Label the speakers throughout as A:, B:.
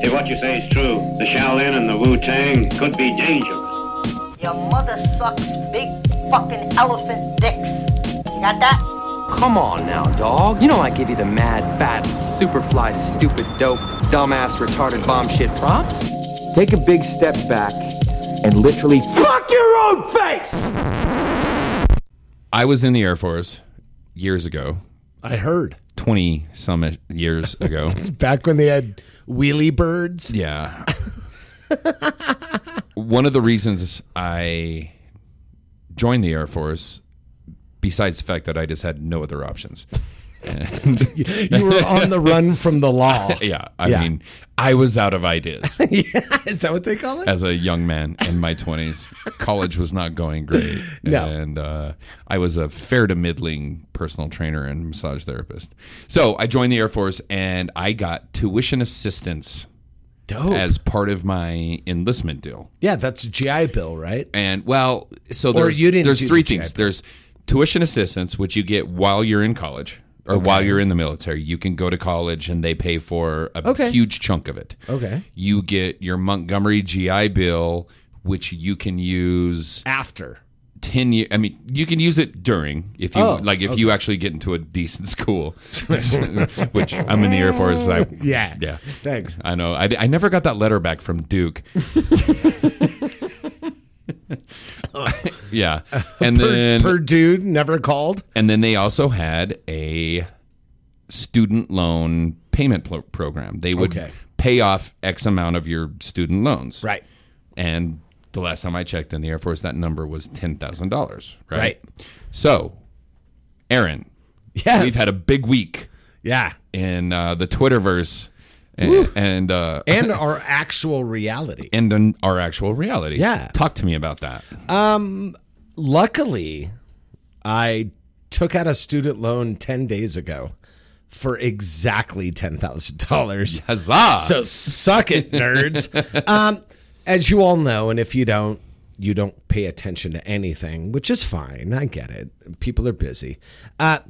A: If what you say is true, the Shaolin and the Wu Tang could be dangerous.
B: Your mother sucks big fucking elephant dicks. You got that?
C: Come on now, dog. You know I give you the mad, fat, superfly, stupid, dope, dumbass, retarded, bomb shit props. Take a big step back and literally fuck your own face.
D: I was in the Air Force years ago,
E: I heard
D: 20 some years ago.
E: back when they had wheelie birds.
D: yeah. One of the reasons I joined the Air Force, besides the fact that I just had no other options,
E: You were on the run from the law.
D: yeah, I
E: Yeah.
D: mean, I was out of ideas
E: Is that what they call it?
D: as a young man in my 20s. College was not going great.
E: No.
D: And uh, I was a fair to middling personal trainer and massage therapist. So I joined the Air Force and I got tuition assistance.
E: Dope.
D: as part of my enlistment deal.
E: yeah, that's GI Bill, right?
D: And well, so there's
E: you didn't
D: there's
E: do
D: three
E: the GI
D: things.
E: Bill.
D: There's tuition assistance, which you get while you're in college or while you're in the military. You can go to college and they pay for a
E: Okay.
D: huge chunk of it.
E: Okay.
D: You get your Montgomery GI Bill, which you can use
E: After.
D: 10 year i mean you can use it during if you
E: Oh,
D: like if you actually get into a decent school which i'm in the air force so I,
E: Yeah.
D: yeah
E: Thanks.
D: i know I, I never got that letter back from duke yeah and then
E: per dude never called.
D: and then they also had a student loan payment pl- program they would
E: Okay.
D: pay off x amount of your student loans
E: Right.
D: and the last time I checked in the Air Force, that number was ten thousand dollars. Right?
E: Right.
D: So, Aaron,
E: Yes.
D: we've had a big week
E: yeah.
D: in uh, the Twitterverse and and, uh, and
E: And our actual reality.
D: in our actual reality.
E: Yeah.
D: talk to me about that.
E: Luckily, I took out a student loan 10 days ago for exactly $10,000.
D: Huzzah!
E: So suck it, nerds. um, as you all know, and if you don't, you don't pay attention to anything, which is fine. I get it. People are busy. Uh,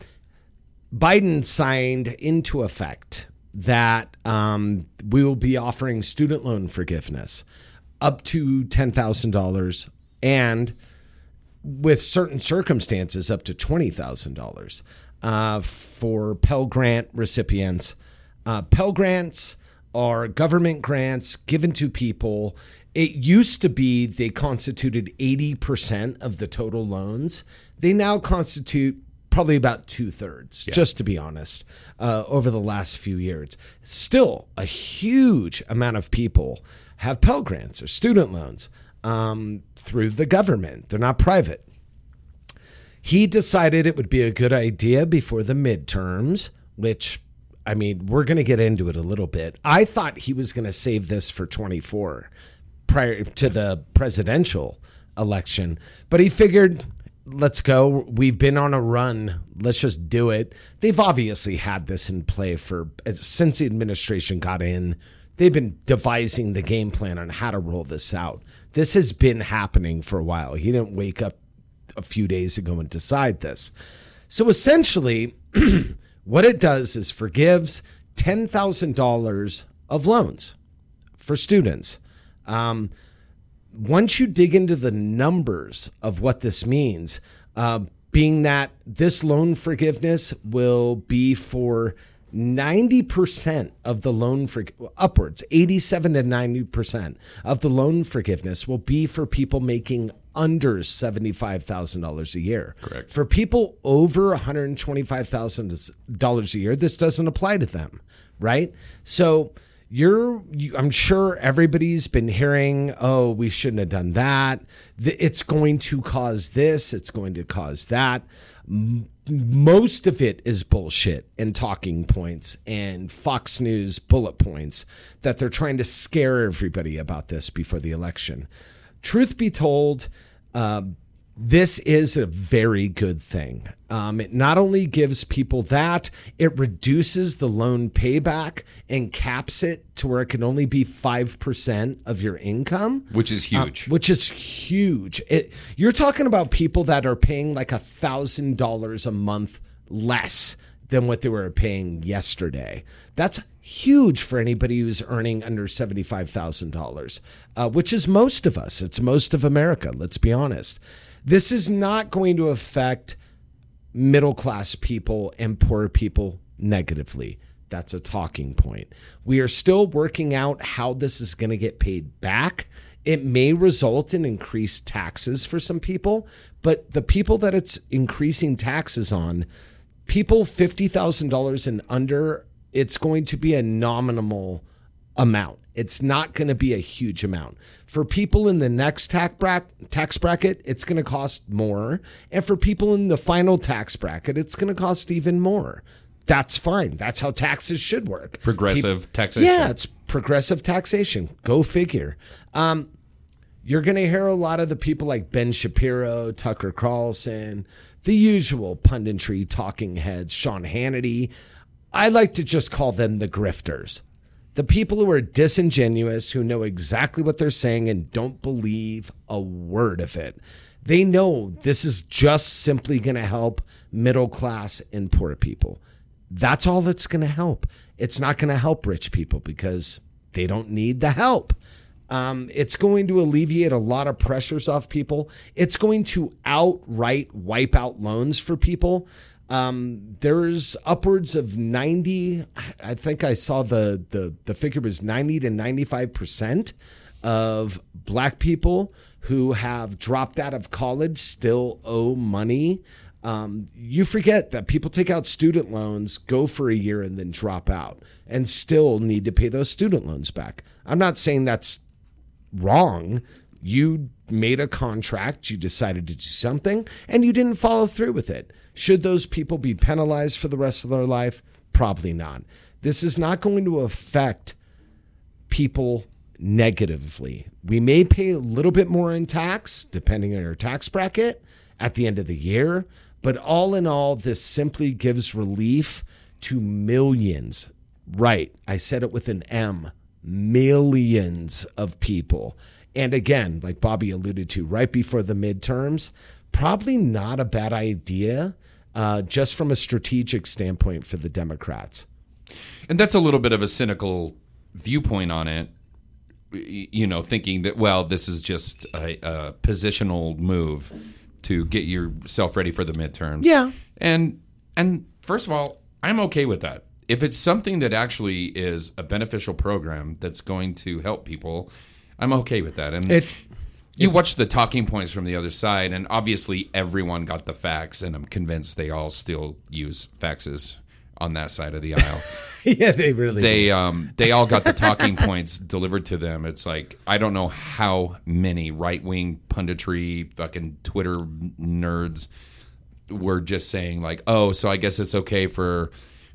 E: Biden signed into effect that um, we will be offering student loan forgiveness up to $10,000 and with certain circumstances up to $20,000 uh, for Pell Grant recipients. Uh, Pell Grants are government grants given to people. It used to be they constituted 80% of the total loans. They now constitute probably about two thirds, just to be honest, uh, over the last few years. Still, a huge amount of people have Pell Grants or student loans um, through the government, they're not private. He decided it would be a good idea before the midterms, which, I mean, we're going to get into it a little bit. I thought he was going to save this for 24 prior to the presidential election, but he figured, let's go. We've been on a run. Let's just do it. They've obviously had this in play for since the administration got in. They've been devising the game plan on how to roll this out. This has been happening for a while. He didn't wake up a few days ago and decide this. So essentially, what it does is forgives $10,000 of loans for students. Um, once you dig into the numbers of what this means, uh, being that this loan forgiveness will be for 90% of the loan for upwards 87 to 90% of the loan forgiveness will be for people making under $75,000 a year. Correct. For people over $125,000 a year, this doesn't apply to them, right? So you're you, i'm sure everybody's been hearing oh we shouldn't have done that Th- it's going to cause this it's going to cause that M- most of it is bullshit and talking points and fox news bullet points that they're trying to scare everybody about this before the election truth be told, um, this is a very good thing. Um, it not only gives people that, it reduces the loan payback and caps it to where it can only be 5% of your income.
D: which is huge.
E: Uh, which is huge. It, you're talking about people that are paying like a thousand dollars a month less than what they were paying yesterday. That's huge for anybody who's earning under seventy five thousand uh, dollars, which is most of us. It's most of America. Let's be honest. This is not going to affect middle class people and poor people negatively. That's a talking point. We are still working out how this is going to get paid back. It may result in increased taxes for some people, but the people that it's increasing taxes on, people $50,000 and under, it's going to be a nominal amount. It's not going to be a huge amount. For people in the next tax bracket, tax bracket, it's going to cost more, and for people in the final tax bracket, it's going to cost even more. That's fine. That's how taxes should work.
D: Progressive
E: Peop-
D: taxation.
E: Yeah, it's progressive taxation. Go figure. Um, you're going to hear a lot of the people like Ben Shapiro, Tucker Carlson, the usual punditry talking heads, Sean Hannity. I like to just call them the grifters. The people who are disingenuous, who know exactly what they're saying and don't believe a word of it. They know this is just simply going to help middle class and poor people. That's all that's going to help. It's not going to help rich people because they don't need the help. Um, it's going to alleviate a lot of pressures off people. It's going to outright wipe out loans for people. Um, there's upwards of 90. I think I saw the the the figure was 90 to 95 percent of black people who have dropped out of college still owe money. Um, you forget that people take out student loans, go for a year, and then drop out, and still need to pay those student loans back. I'm not saying that's wrong. You made a contract, you decided to do something, and you didn't follow through with it. Should those people be penalized for the rest of their life? Probably not. This is not going to affect people negatively. We may pay a little bit more in tax, depending on your tax bracket, at the end of the year. But all in all, this simply gives relief to millions. Right. I said it with an M millions of people. And again, like Bobby alluded to, right before the midterms, probably not a bad idea uh, just from a strategic standpoint for the Democrats.
D: And that's a little bit of a cynical viewpoint on it, y- you know, thinking that, well, this is just a, a positional move to get yourself ready for the midterms.
E: Yeah.
D: And and first of all, I'm okay with that. If it's something that actually is a beneficial program that's going to help people, I'm okay with that. And
E: It's-
D: you watch the talking points from the other side, and obviously everyone got the facts, and I'm convinced they all still use faxes on that side of the aisle
E: yeah, they really
D: they um they all got the talking points delivered to them. It's like I don't know how many right wing punditry fucking Twitter nerds were just saying like, oh, so I guess it's okay for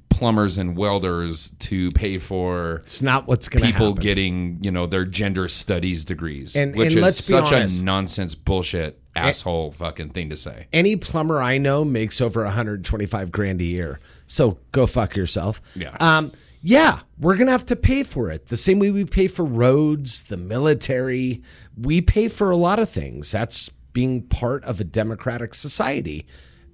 D: plumbers and welders to pay for
E: It's not what's going to happen.
D: people getting you know their gender studies degrees,
E: And-
D: which
E: and
D: is
E: let's be
D: such
E: honest.
D: a nonsense bullshit asshole fucking thing to say.
E: any plumber I know makes over 125 grand a year. So go fuck yourself.
D: Yeah.
E: Um, yeah, we're gonna have to pay for it. The same way we pay for roads, the military, we pay for a lot of things. That's being part of a democratic society.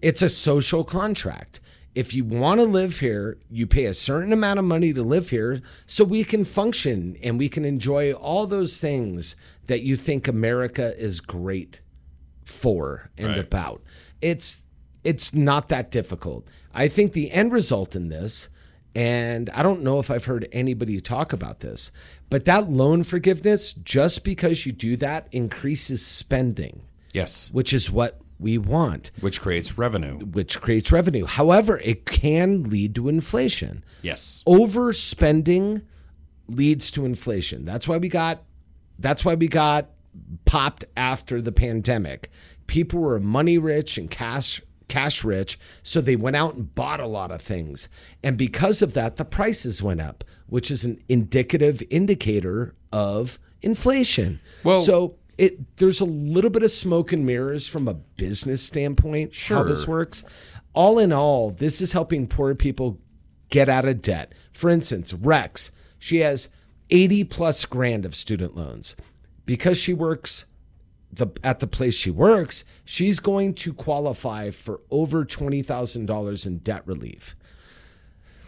E: It's a social contract. If you want to live here, you pay a certain amount of money to live here so we can function and we can enjoy all those things that you think America is great for and about. It's it's not that difficult. I think the end result in this, and I don't know if I've heard anybody talk about this, but that loan forgiveness, just because you do that, increases spending,
D: Yes,
E: which is what we want,
D: which creates revenue.
E: which creates revenue. However, it can lead to inflation
D: Yes,
E: Oh. overspending leads to inflation. That's why we got that's why we got popped after the pandemic. People were money rich and cash cash rich, so they went out and bought a lot of things. And because of that, the prices went up, which is an indicative indicator of inflation.
D: Well-
E: so it there's a little bit of smoke and mirrors from a business standpoint how
D: Sure.
E: this works. All in all, this is helping poor people get out of debt. For instance, Rex, she has 80 plus grand of student loans. Because she works the at the place she works, she's going to qualify for over $20,000 in debt relief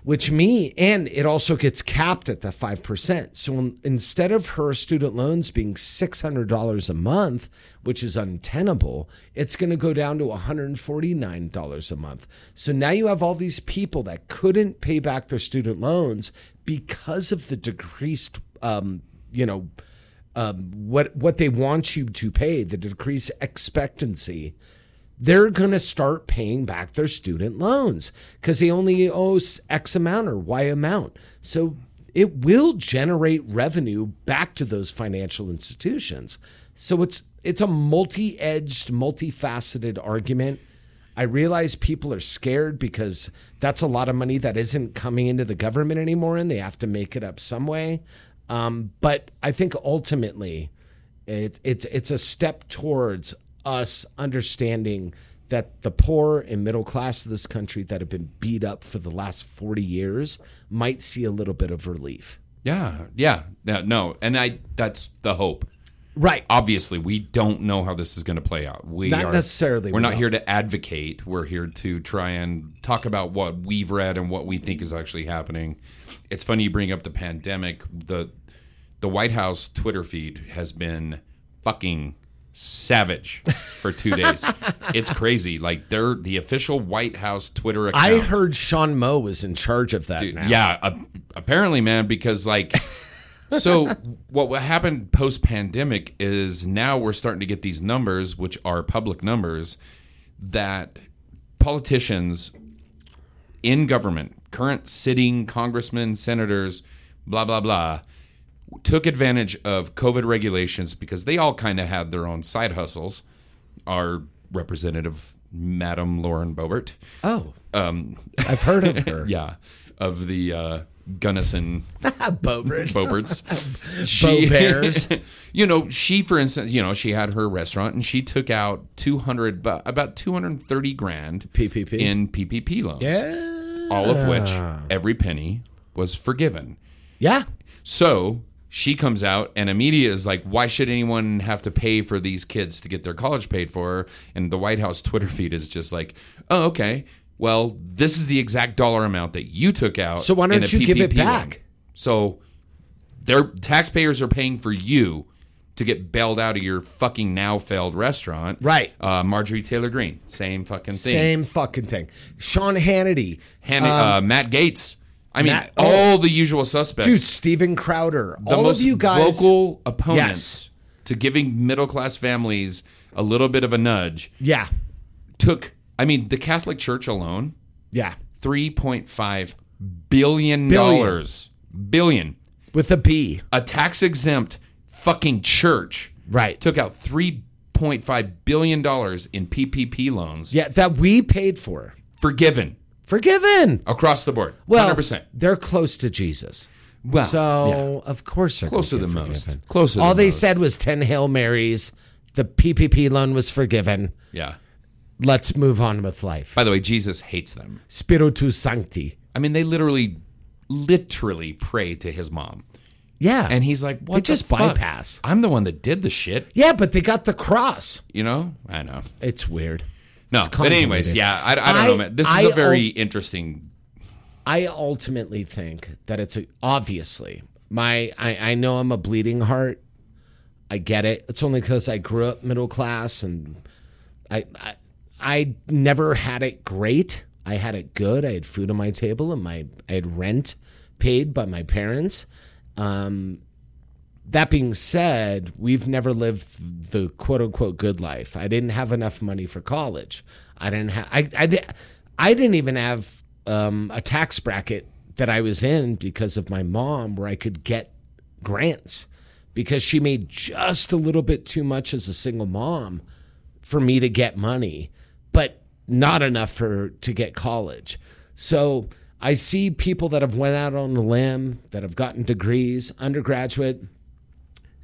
E: which me and it also gets capped at the 5%. So in- instead of her student loans being $600 a month, which is untenable, it's going to go down to $149 a month. So now you have all these people that couldn't pay back their student loans because of the decreased um, you know um, what what they want you to pay, the decreased expectancy they're going to start paying back their student loans because they only owe s- X amount or Y amount. So it will generate revenue back to those financial institutions. So it's it's a multi-edged, multifaceted argument. I realize people are scared because that's a lot of money that isn't coming into the government anymore, and they have to make it up some way. Um, but I think ultimately, it, it's it's a step towards us understanding that the poor and middle class of this country that have been beat up for the last 40 years might see a little bit of relief.
D: Yeah, yeah, yeah, no, and I that's the hope.
E: Right.
D: Obviously, we don't know how this is going to play out. We
E: Not
D: are,
E: necessarily,
D: We're
E: we
D: not
E: don't.
D: here to advocate. We're here to try and talk about what we've read and what we think is actually happening. It's funny you bring up the pandemic. the The White House Twitter feed has been fucking savage for two days. it's crazy. Like they're the official White House Twitter account.
E: I heard Sean Moe was in charge of that now.
D: Yeah, a- apparently, man, because like, so what what happened post pandemic is now we're starting to get these numbers, which are public numbers, that politicians in government, current sitting congressmen, senators, blah blah blah, took advantage of COVID regulations because they all kind of had their own side hustles. Our representative, Madam Lauren Boebert
E: Oh. Um, I've heard of her.
D: yeah, of the uh, Gunnison
E: Bobridge.
D: Boberts.
E: Bo Bears.
D: you know, she, for instance, you know, she had her restaurant and she took out 200, bu- about 230 grand
E: PPP.
D: in PPP loans. Yeah. All of which, every penny was forgiven.
E: yeah.
D: So she comes out, and Amelia is like, "Why should anyone have to pay for these kids to get their college paid for?" And the White House Twitter feed is just like, "Oh, okay. Well, this is the exact dollar amount that you took out.
E: So why
D: in
E: don't
D: a
E: you give it
D: PPP loan."
E: back?
D: So their taxpayers are paying for you." To get bailed out of your fucking now failed restaurant,
E: Right.
D: Uh, Marjorie Taylor Greene, same fucking thing.
E: Same fucking thing. Sean Hannity.
D: Hand- uh, Matt Gates. I mean,
E: Matt- oh,
D: all the usual suspects
E: Dude, Steven Crowder.
D: the
E: all
D: most
E: of you guys.
D: vocal
E: Yes.
D: opponents to giving middle class families a little bit of a nudge
E: Yeah.
D: took I mean the Catholic Church alone
E: Yeah.
D: 3.5 billion
E: Billion.
D: dollars billion
E: With a B.
D: a tax exempt fucking church
E: Right.
D: took out 3.5 billion dollars in PPP loans
E: Yeah, that we paid for.
D: forgiven
E: Forgiven.
D: across the board
E: Well,
D: 100%
E: they're close to Jesus.
D: well
E: So of course they're
D: Closer
E: gonna
D: than
E: get
D: most.
E: forgiven.
D: Closer
E: All
D: than
E: they
D: most.
E: said was ten hail marys. The PPP loan was forgiven.
D: yeah
E: Let's move on with life.
D: by the way Jesus hates them
E: Spiritu Sancti.
D: I mean they literally literally pray to his mom
E: Yeah,
D: And he's like, "What?
E: They
D: the
E: just
D: fuck?
E: bypass.
D: I'm the one that did the shit.
E: yeah, but they got the cross.
D: You know? I know.
E: It's weird.
D: No,
E: It's
D: but anyways,
E: convoluted.
D: yeah. I, I don't know,
E: I-
D: man. This
E: I
D: is a very
E: al-
D: interesting.
E: I ultimately think that it's a, obviously my. I, I know I'm a bleeding heart. I get it. It's only because I grew up middle class and I, I I never had it great. I had it good. I had food on my table and my I had rent paid by my parents. Um, that being said, we've never lived the quote unquote good life. I didn't have enough money for college. I didn't have I I, di- I didn't even have um, a tax bracket that I was in because of my mom where I could get grants because she made just a little bit too much as a single mom for me to get money, but not enough for to get college. So I see people that have went out on the limb, that have gotten degrees, undergraduate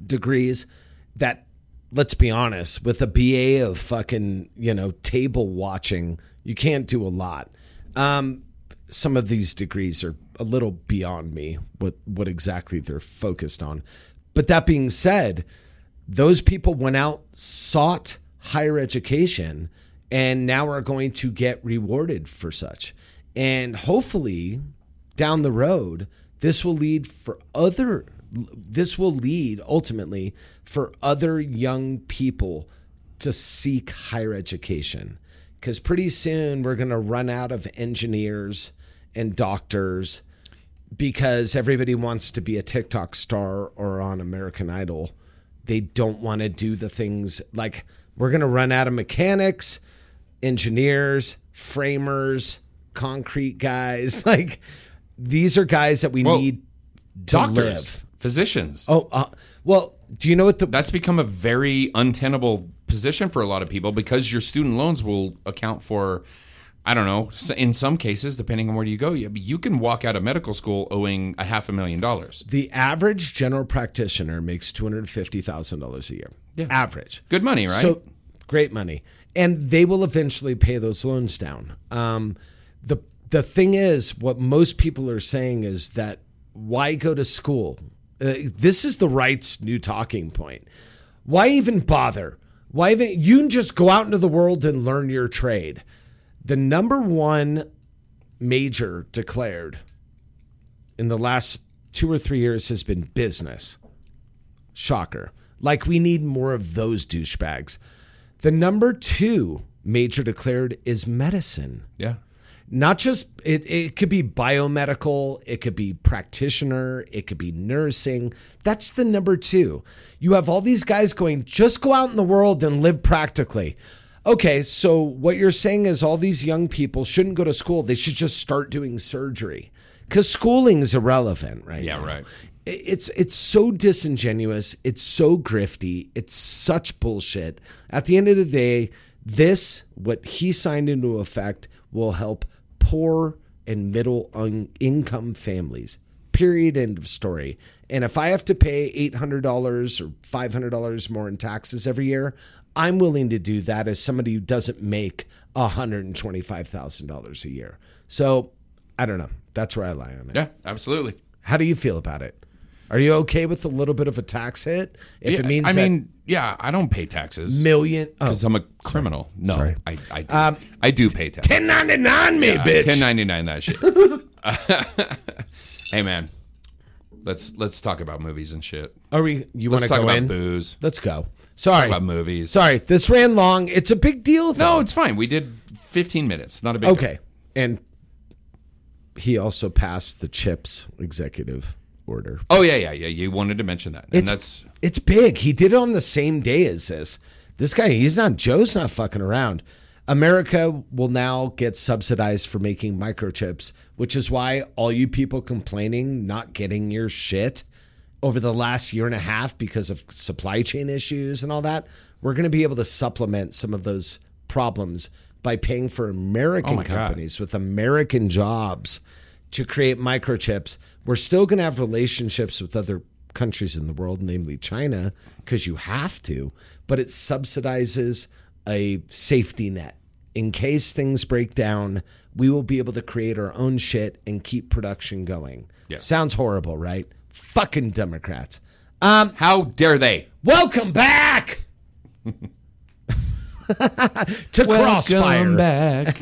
E: degrees, that let's be honest, with a BA of fucking, you know, table watching, you can't do a lot. Um, some of these degrees are a little beyond me what what exactly they're focused on. But that being said, those people went out, sought higher education, and now are going to get rewarded for such. And hopefully, down the road, this will lead for other, this will lead ultimately for other young people to seek higher education. Because pretty soon we're going to run out of engineers and doctors because everybody wants to be a TikTok star or on American Idol. They don't want to do the things like we're going to run out of mechanics, engineers, framers, concrete guys. Like these are guys that we
D: Well,
E: need to
D: Doctors,
E: live.
D: physicians.
E: Oh, uh, well, do you know what the
D: That's become a very untenable position for a lot of people because your student loans will account for, I don't know, s- in some cases, depending on where you go, you, you can walk out of medical school owing a half a million dollars.
E: the average general practitioner makes two hundred fifty thousand dollars a year. Average.
D: Good money, right?
E: So great money, and they will eventually pay those loans down. Um, the the thing is, what most people are saying is that why go to school? Uh, this is the right's new talking point. Why even bother? Why even you can just go out into the world and learn your trade? The number one major declared in the last two or three years has been business. Shocker. Like we need more of those douchebags. The number two major declared is medicine.
D: yeah.
E: Not just it, it could be biomedical, it could be practitioner, it could be nursing. That's the number two. You have all these guys going, just go out in the world and live practically. Okay, so what you're saying is all these young people shouldn't go to school. They should just start doing surgery. Because schooling is irrelevant, right?
D: Yeah,
E: now
D: right.
E: it's it's so disingenuous it's so grifty it's such bullshit at the end of the day this what he signed into effect will help poor and middle un- income families period end of story and if i have to pay $800 or $500 more in taxes every year i'm willing to do that as somebody who doesn't make $125000 a year so i don't know that's where i lie on it
D: Yeah, absolutely.
E: how do you feel about it? Are you okay with a little bit of a tax hit if
D: Yeah,
E: it means
D: I
E: that
D: mean, yeah, I don't pay taxes.
E: million? Oh,
D: because I'm a criminal. No,
E: Sorry.
D: I I do, I do pay tax.
E: 1099 me, bitch.
D: Ten ninety nine that shit. hey man, let's let's talk about movies and shit.
E: Are we? You want
D: Let's
E: to go
D: talk about
E: in?
D: booze.
E: Let's go. Sorry,
D: about movies.
E: Sorry, this ran long. It's a big deal. Though.
D: No, it's fine. We did fifteen minutes. Not a big
E: okay. And he also passed the chips executive order.
D: Oh yeah, yeah, yeah. You wanted to mention that, and
E: It's-
D: that's
E: It's big. He did it on the same day as this. This guy, he's not, Joe's not fucking around. America will now get subsidized for making microchips, which is why all you people complaining not getting your shit over the last year and a half because of supply chain issues and all that, we're going to be able to supplement some of those problems by paying for
D: Oh
E: American
D: my God.
E: companies with American jobs to create microchips. We're still going to have relationships with other countries in the world, namely China, because you have to, but it subsidizes a safety net. In case things break down, we will be able to create our own shit and keep production going.
D: Yes.
E: Sounds horrible, right? Fucking Democrats. Um,
D: how dare they?
E: Welcome back to Crossfire
D: back.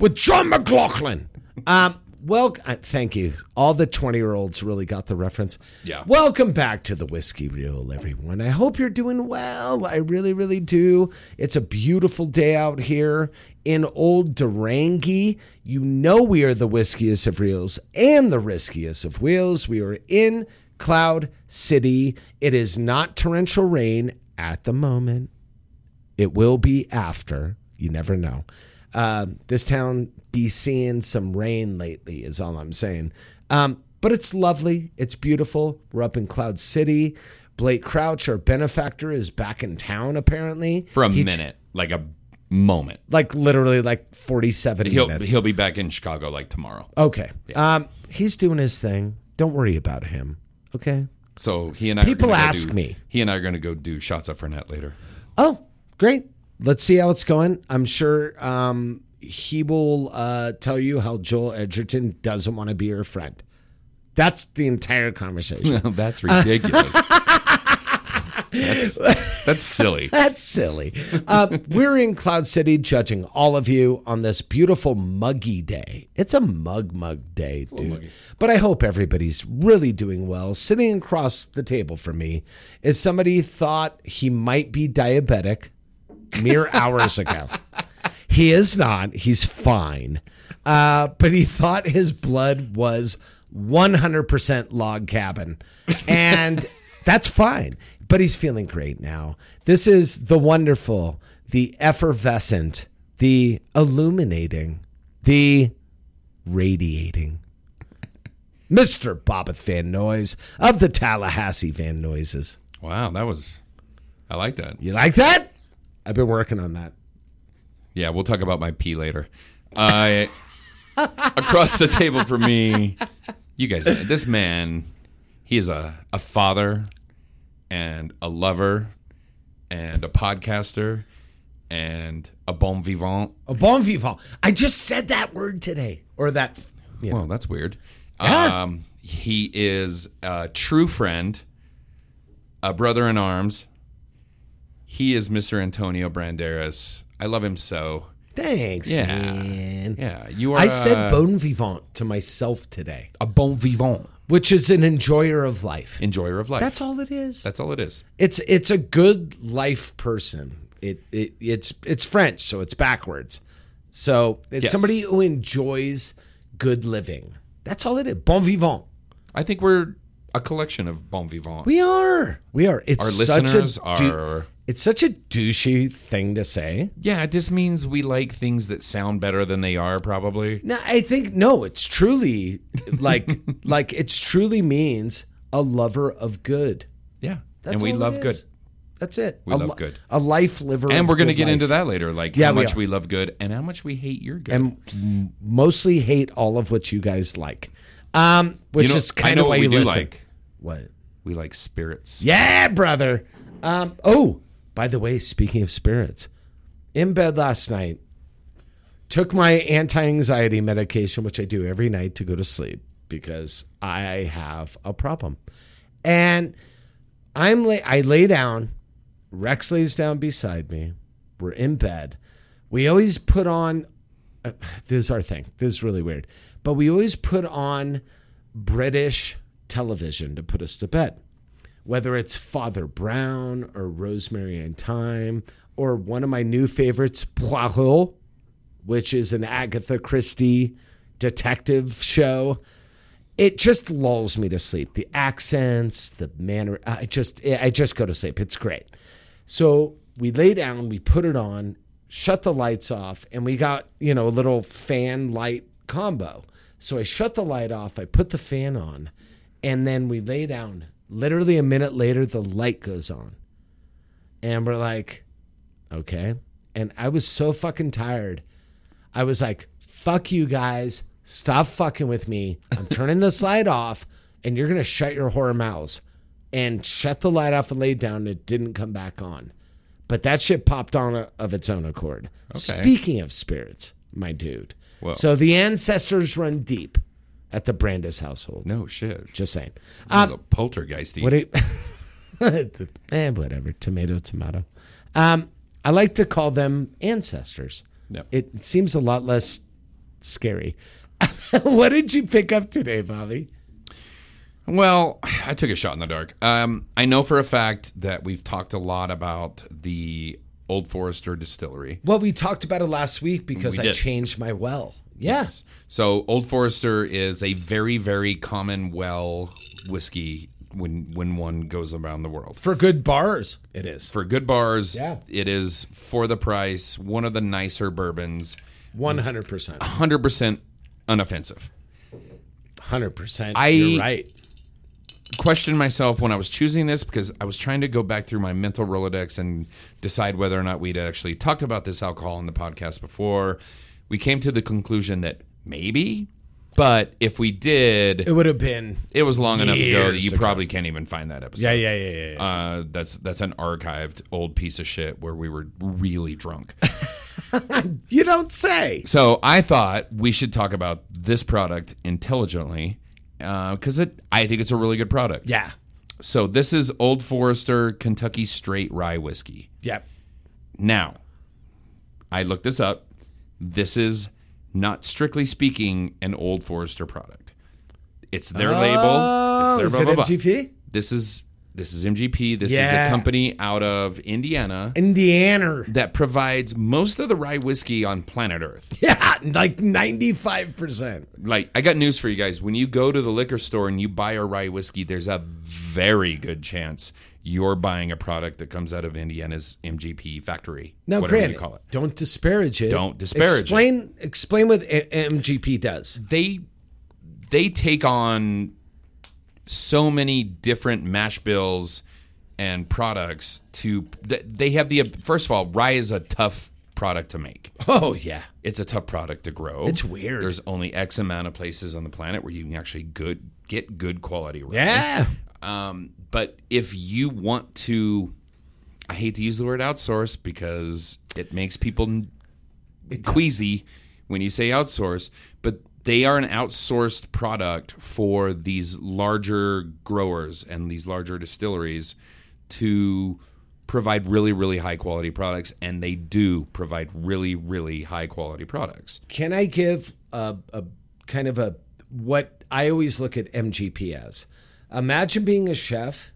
E: with John McLaughlin. Um, well, uh, thank you. All the 20 year olds really got the reference.
D: Yeah.
E: Welcome back to the Whiskey Reel, everyone. I hope you're doing well. I really, really do. It's a beautiful day out here in old Durangi. You know, we are the whiskiest of reels and the riskiest of wheels. We are in Cloud City. It is not torrential rain at the moment. It will be after. You never know. Um, this town be seeing some rain lately, is all I'm saying. Um, but it's lovely. It's beautiful. We're up in Cloud City. Blake Crouch, our benefactor, is back in town apparently
D: for a
E: He-
D: minute, like a moment.
E: like literally like 47
D: He'll
E: minutes.
D: he'll be back in Chicago like tomorrow.
E: Okay. Um, he's doing his thing. Don't worry about him. Okay.
D: So he and I are
E: People
D: gonna go
E: ask
D: do-
E: me.
D: He and I are going to go do shots up for net later.
E: Oh, great. Let's see how it's going. I'm sure um, he will uh, tell you how Joel Edgerton doesn't want to be your friend. That's the entire conversation.
D: That's ridiculous. that's, that's silly.
E: That's silly. Uh, we're in Cloud City judging all of you on this beautiful muggy day. It's a mug mug day, dude. But I hope everybody's really doing well. Sitting across the table from me is somebody who thought he might be diabetic mere hours ago. He is not. He's fine. Uh, but he thought his blood was 100% log cabin. And that's fine. But he's feeling great now. This is the wonderful, the effervescent, the illuminating, the radiating Mr. Bobbeth Van Noyes of the Tallahassee Van Noises.
D: Wow, that was. I like that.
E: You like that? I've been working on that.
D: Yeah, we'll talk about my pee later. Uh, across the table from me, you guys, know, this man, he is a, a father and a lover and a podcaster and a bon vivant. Oh,
E: A bon vivant. I just said that word today, or that. Yeah.
D: Well, that's weird.
E: Yeah.
D: Um, he is a true friend, a brother in arms. He is Mr. Antonio Banderas. I love him so.
E: Thanks,
D: Yeah.
E: man.
D: Yeah, uh, you are.
E: I
D: a-
E: said bon vivant to myself today,
D: a bon vivant.
E: which is an enjoyer of life.
D: enjoyer of life.
E: That's all it is.
D: That's all it is.
E: It's it's a good life person. It, it it's it's French, so it's backwards. So it's
D: Yes.
E: somebody who enjoys good living. That's all it is. Bon vivant.
D: I think we're a collection of bon vivants.
E: We are. We are. It's
D: Our
E: such
D: listeners
E: a
D: are-
E: It's such a douchey thing to say.
D: yeah, it just means we like things that sound better than they are, probably.
E: No, I think no. It's truly like like it's truly means a lover of good.
D: Yeah.
E: That's
D: and we
E: all it
D: love good.
E: is. That's it.
D: We
E: a
D: love
E: li-
D: good.
E: A life liver.
D: And
E: of
D: we're going to
E: good
D: get into
E: life.
D: that later, like
E: Yeah,
D: how
E: we
D: much
E: are.
D: we love good and how much we hate your good.
E: And m- mostly hate all of what you guys like, um, which
D: You know-
E: is
D: I
E: kind
D: know
E: of why
D: what we
E: you
D: do
E: listen.
D: like.
E: What?
D: we like spirits.
E: Yeah, brother. Um, oh, by the way, speaking of spirits, in bed last night, took my anti anxiety medication, which I do every night to go to sleep because I have a problem. And I'm lay I lay down, Rex lays down beside me. We're in bed. We always put on uh, this is our thing. This is really weird. But we always put on British television to put us to bed whether it's Father Brown or Rosemary and Thyme or one of my new favorites, Poirot, which is an Agatha Christie detective show. It just lulls me to sleep. The accents, the manner, I just, I just go to sleep. It's great. So we lay down, we put it on, shut the lights off, and we got, you know, a little fan light combo. So I shut the light off, I put the fan on, and then we lay down. Literally a minute later, the light goes on. And we're like, okay. And I was so fucking tired. I was like, fuck you guys. Stop fucking with me. I'm turning this light off and you're going to shut your whore mouths. And shut the light off and laid down. It didn't come back on. But that shit popped on o- of its own accord.
D: Okay.
E: Speaking of spirits, my dude.
D: Whoa.
E: So the ancestors run deep at the Brandis household.
D: No shit.
E: Just saying. Um,
D: You're the poltergeisty.
E: What it? eh, whatever. Tomato, tomato. Um, I like to call them ancestors.
D: Yep.
E: It seems a lot less scary. what did you pick up today, Bobby?
D: Well, I took a shot in the dark. Um, I know for a fact that we've talked a lot about the Old Forester distillery.
E: Well, we talked about it last week because I
D: We did.
E: changed my well. Yeah.
D: So Old Forester is a very, very common well whiskey when when one goes around the world.
E: For good bars, it is.
D: For good bars,
E: Yeah.
D: it is for the price, one of the nicer bourbons,
E: 100%.
D: 100% unoffensive.
E: 100%.
D: I-
E: You're right.
D: Questioned myself when I was choosing this because I was trying to go back through my mental Rolodex and decide whether or not we'd actually talked about this alcohol in the podcast before. We came to the conclusion that maybe But if we did,
E: It would have been.
D: it was long enough ago that
E: years
D: you
E: ago.
D: probably can't even find that episode.
E: Yeah, yeah, yeah, yeah. yeah.
D: Uh, that's that's an archived old piece of shit where we were really drunk.
E: you don't say.
D: So I thought we should talk about this product intelligently because it I think it's a really good product.
E: Yeah.
D: So this is Old Forester Kentucky Straight Rye Whiskey.
E: Yeah.
D: Now, I looked this up. This is not strictly speaking an Old Forester product. It's their label. It's
E: Oh, is
D: their blah,
E: it
D: blah, blah.
E: MTV?
D: This is this is MGP. This is
E: Yeah.
D: a company out of Indiana
E: Indiana.
D: that provides most of the rye whiskey on planet Earth.
E: Yeah, like 95%.
D: like I got news for you guys. When you go to the liquor store and you buy a rye whiskey, there's a very good chance you're buying a product that comes out of Indiana's MGP factory.
E: Now,
D: whatever
E: granted,
D: you call it.
E: don't disparage it.
D: Don't disparage it.
E: explain, it. Explain what A- MGP does.
D: They they take on so many different mash bills and products to th- they have the first of all rye is a tough product to make.
E: Oh, yeah.
D: it's a tough product to grow.
E: It's weird.
D: There's only X amount of places on the planet where you can actually good get good quality rye.
E: Yeah.
D: Um, but if you want to, I hate to use the word outsource because it makes people n- queasy when you say outsource, but they are an outsourced product for these larger growers and these larger distilleries to provide really, really high quality products. And they do provide really, really high quality products.
E: Can I give a, a kind of a what I always look at MGP as? Imagine being a chef,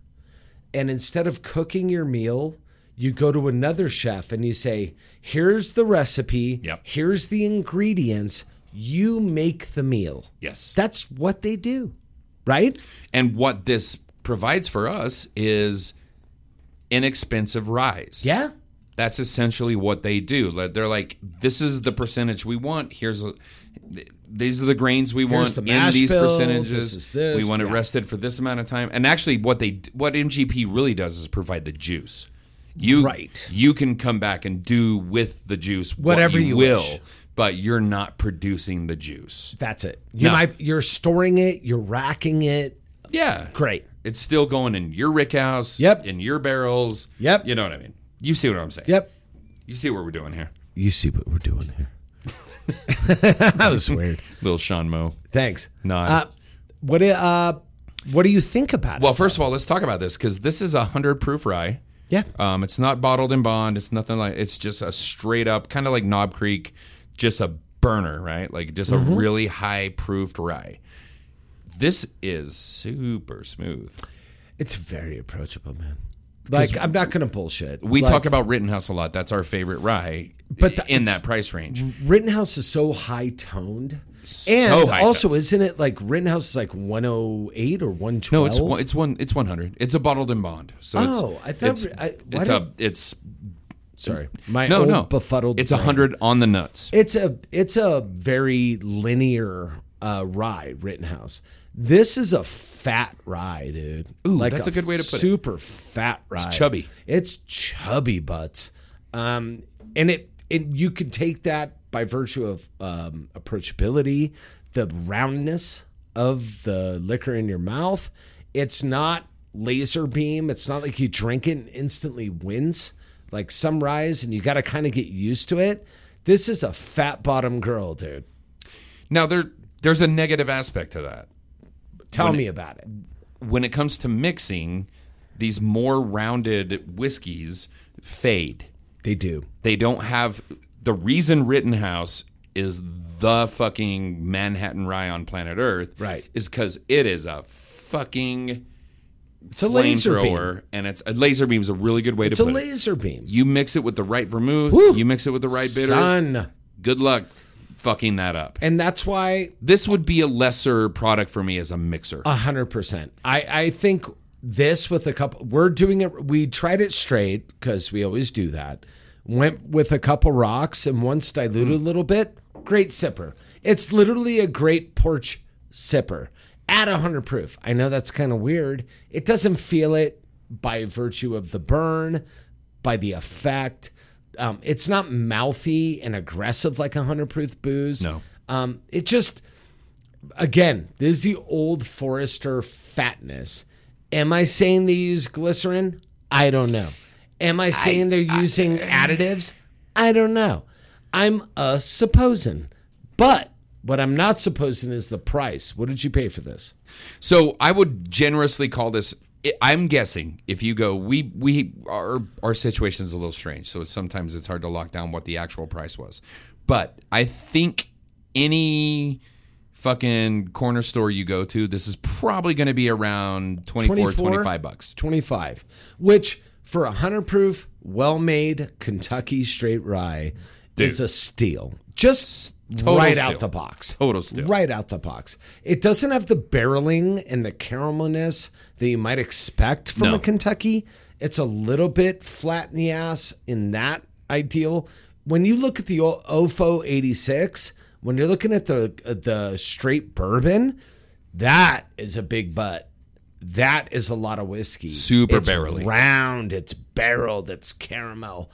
E: and instead of cooking your meal, you go to another chef and you say, Here's the recipe,
D: Yep.
E: here's the ingredients, you make the meal.
D: Yes.
E: That's what they do, right?
D: And what this provides for us is inexpensive rise.
E: Yeah.
D: that's essentially what they do. Like, They're like, this is the percentage we want. Here's a, these are the grains we want
E: the
D: in
E: mash
D: these
E: bill.
D: percentages.
E: This is this.
D: We want it
E: Yeah.
D: rested for this amount of time. And actually, what they what MGP really does is provide the juice. You
E: Right.
D: You can come back and do with the juice
E: Whatever
D: what you,
E: you
D: will,
E: wish.
D: but you're not producing the juice.
E: That's it. You
D: No.
E: might you're storing it, you're racking it.
D: Yeah,
E: Great.
D: It's still going in your rick house.
E: Yep.
D: In your barrels.
E: Yep.
D: You know what I mean. You see what I'm saying.
E: Yep.
D: You see what we're doing here,
E: You see what we're doing here. that was weird.
D: little Sean Mo.
E: Thanks.
D: Nod.
E: Uh, what do- uh, what do you think about it?
D: Well, first of all, let's talk about this because this is a hundred proof rye.
E: yeah,
D: Um, it's not bottled in bond. It's nothing like. It's just a straight up kind of like Knob Creek, just a burner, right? Like just
E: Mm-hmm.
D: a really high proofed rye. This is super smooth.
E: it's very approachable, man. Like I'm not gonna bullshit.
D: We
E: Like,
D: talk about Rittenhouse a lot. That's our favorite rye,
E: But the-
D: in
E: it's-
D: that price range.
E: Rittenhouse is so high toned,
D: So
E: and
D: high-toned.
E: also isn't it like Rittenhouse is like 108 or 112?
D: No, it's one, it's one it's one hundred. It's a bottled in bond. So
E: Oh,
D: it's,
E: I thought
D: it's,
E: we- I- why
D: it's
E: did-
D: a it's
E: sorry, my
D: no
E: old
D: no
E: befuddled.
D: It's a
E: brain.
D: hundred on the nuts.
E: It's a it's a very linear uh, rye Rittenhouse. This is a fat rye, dude. Ooh,
D: that's a good way to put it.
E: super fat rye. It's
D: chubby.
E: It's chubby butts. Um, and it and you can take that by virtue of um, approachability, the roundness of the liquor in your mouth. It's not laser beam. It's not like you drink it and instantly wins. Like some rise, and you got to kind of get used to it. This is a fat bottom girl, dude.
D: Now there there's a negative aspect to that.
E: Tell me about it.
D: when it comes to mixing, these more rounded whiskeys fade.
E: They do.
D: They don't have the reason Rittenhouse is the fucking Manhattan rye on planet Earth,
E: Right.
D: Is because it is a fucking
E: It's a laser beam.
D: flamethrower, and it's a laser beam is a really good way
E: It's
D: to
E: a
D: put it.
E: laser beam.
D: You mix it with the right vermouth. You mix it with the right bitters.
E: Son.
D: Good luck fucking that up.
E: And that's why
D: This would be a lesser product for me as a mixer.
E: A hundred percent. I I think this with a couple. We're doing it. We tried it straight because we always do that. Went with a couple rocks and once diluted a little bit. Great sipper. It's literally a great porch sipper at a hundred proof. I know that's kind of weird. It doesn't feel it by virtue of the burn, by the effect. Um, it's not mouthy and aggressive like a hundred proof booze.
D: No.
E: Um, it just again, this is the old Forrester fatness. Am I saying they use glycerin? I don't know. Am I saying they're using additives? I don't know. I'm a supposing. But what I'm not supposing is the price. What did you pay for this?
D: So I would generously call this. I- I'm guessing if you go, we we our our situation's a little strange, so it's, sometimes it's hard to lock down what the actual price was. But I think any fucking corner store you go to, this is probably going to be around 24, 25 bucks.
E: 25, which for a 100 proof, well made Kentucky straight rye is a steal. Just
D: Total
E: right
D: steal.
E: out the box.
D: Total steal.
E: Right out the box. It doesn't have the barreling and the caramelness that you might expect from
D: No.
E: a Kentucky. It's a little bit flat in the ass in that ideal. When you look at the O- OFO 86, when you're looking at the uh, the straight bourbon, that is a big butt. That is a lot of whiskey.
D: Super
E: it's
D: barrely.
E: Round, it's barreled, it's caramel.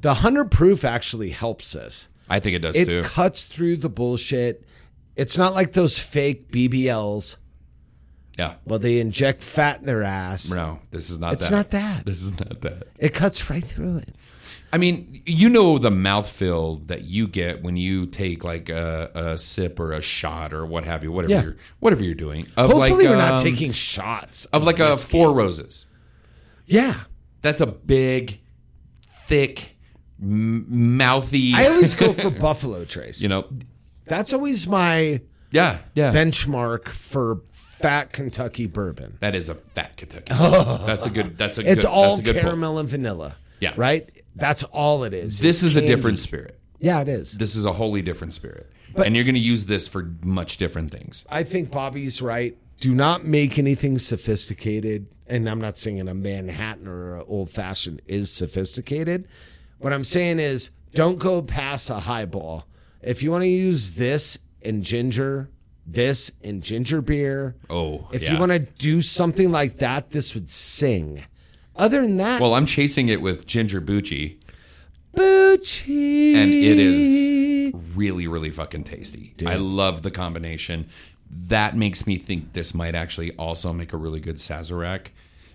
E: The 100 proof actually helps us.
D: I think it does
E: It
D: too.
E: cuts through the bullshit. It's not like those fake BBLs
D: Yeah.
E: where they inject fat in their ass.
D: No, this is not
E: It's
D: that.
E: not that.
D: This is not that.
E: It cuts right through it.
D: I mean, you know the mouthfeel that you get when you take like a, a sip or a shot or what have you, whatever
E: Yeah.
D: you're whatever you're doing. Of
E: Hopefully,
D: like,
E: we're not
D: um,
E: taking shots
D: of like a
E: whiskey.
D: four roses.
E: Yeah.
D: That's a big, thick, m- mouthy.
E: I always go for Buffalo Trace.
D: you know,
E: That's always my
D: yeah, yeah.
E: benchmark for fat Kentucky bourbon.
D: that is a fat Kentucky. that's a good. That's a.
E: It's
D: good,
E: all
D: that's a good pull.
E: caramel and vanilla.
D: Yeah.
E: Right? That's all it is.
D: This is a
E: Candy.
D: different spirit.
E: Yeah, it is.
D: This is a wholly different spirit, and you're going to use this for much different things.
E: I think Bobby's right. Do not make anything sophisticated. And I'm not saying a Manhattan or an old fashioned is sophisticated. What I'm saying is don't go past a highball. If you want to use this and ginger, this and ginger beer.
D: Oh,
E: if
D: yeah.
E: you want to do something like that, this would sing. Other than that,
D: Well, I'm chasing it with ginger bucci,
E: Bucci.
D: and it is really, really fucking tasty. I love the combination. That makes me think this might actually also make a really good sazerac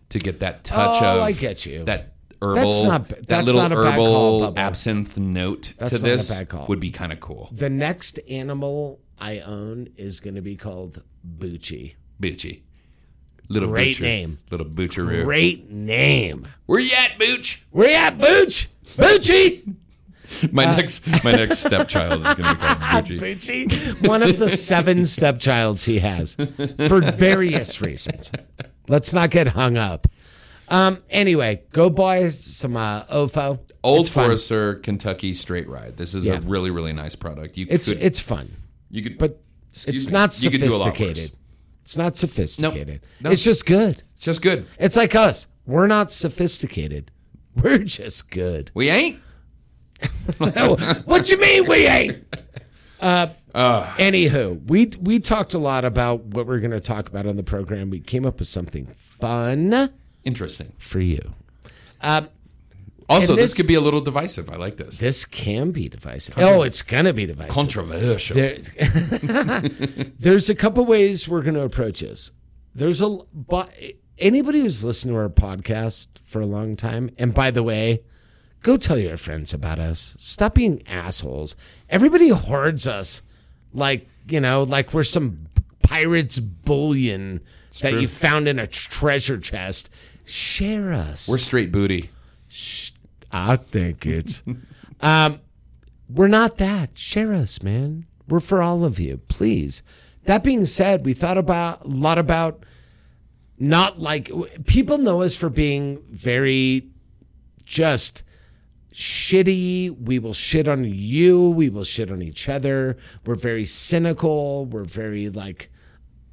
D: to get that touch
E: Oh,
D: of.
E: I get you.
D: That herbal,
E: That's not-
D: that
E: that's
D: little
E: not a bad call,
D: herbal
E: Bubba.
D: absinthe note
E: That's
D: to
E: not a
D: this
E: bad call.
D: would be kind of cool.
E: The next animal I own is going to be called Bucci.
D: Bucci. Little
E: Great
D: butcher,
E: name.
D: Little butcheroo.
E: Great name.
D: Where you at, Booch?
E: Where you at, Booch? Boochie!
D: My
E: Uh,
D: next my next stepchild is gonna be called Boochie.
E: Boochie. One of the seven stepchilds he has for various reasons. Let's not get hung up. Um, anyway, go buy some uh, OFO.
D: Old
E: it's fun.
D: Forester Kentucky Straight Ride. This is
E: Yeah.
D: a really really nice product. You
E: It's
D: could,
E: it's fun,
D: you could
E: but
D: Excuse
E: it's
D: me.
E: not
D: You could do a lot worse.
E: sophisticated. It's not sophisticated.
D: no.
E: It's just good.
D: it's just good.
E: It's like us. We're not sophisticated. We're just good.
D: We ain't.
E: what you mean we ain't? Uh, anywho, we we talked a lot about what we're going to talk about on the program. We came up with something fun
D: Interesting.
E: for you.
D: Also,
E: And
D: this,
E: this-
D: could be a little divisive. I like this.
E: This can be divisive. Oh, it's going to be divisive.
D: Controversial.
E: There- there's a couple ways we're going to approach this. There's a but anybody who's listened to our podcast for a long time, and by the way, go tell your friends about us. Stop being assholes. Everybody hoards us like you know, like we're some pirates' bullion that you found in a treasure chest. Share us.
D: We're straight booty.
E: I think it's. um, we're not that. Share us, man. We're for all of you, please. That being said, we thought about a lot about not like people know us for being very just shitty. We will shit on you. We will shit on each other. We're very cynical. We're very like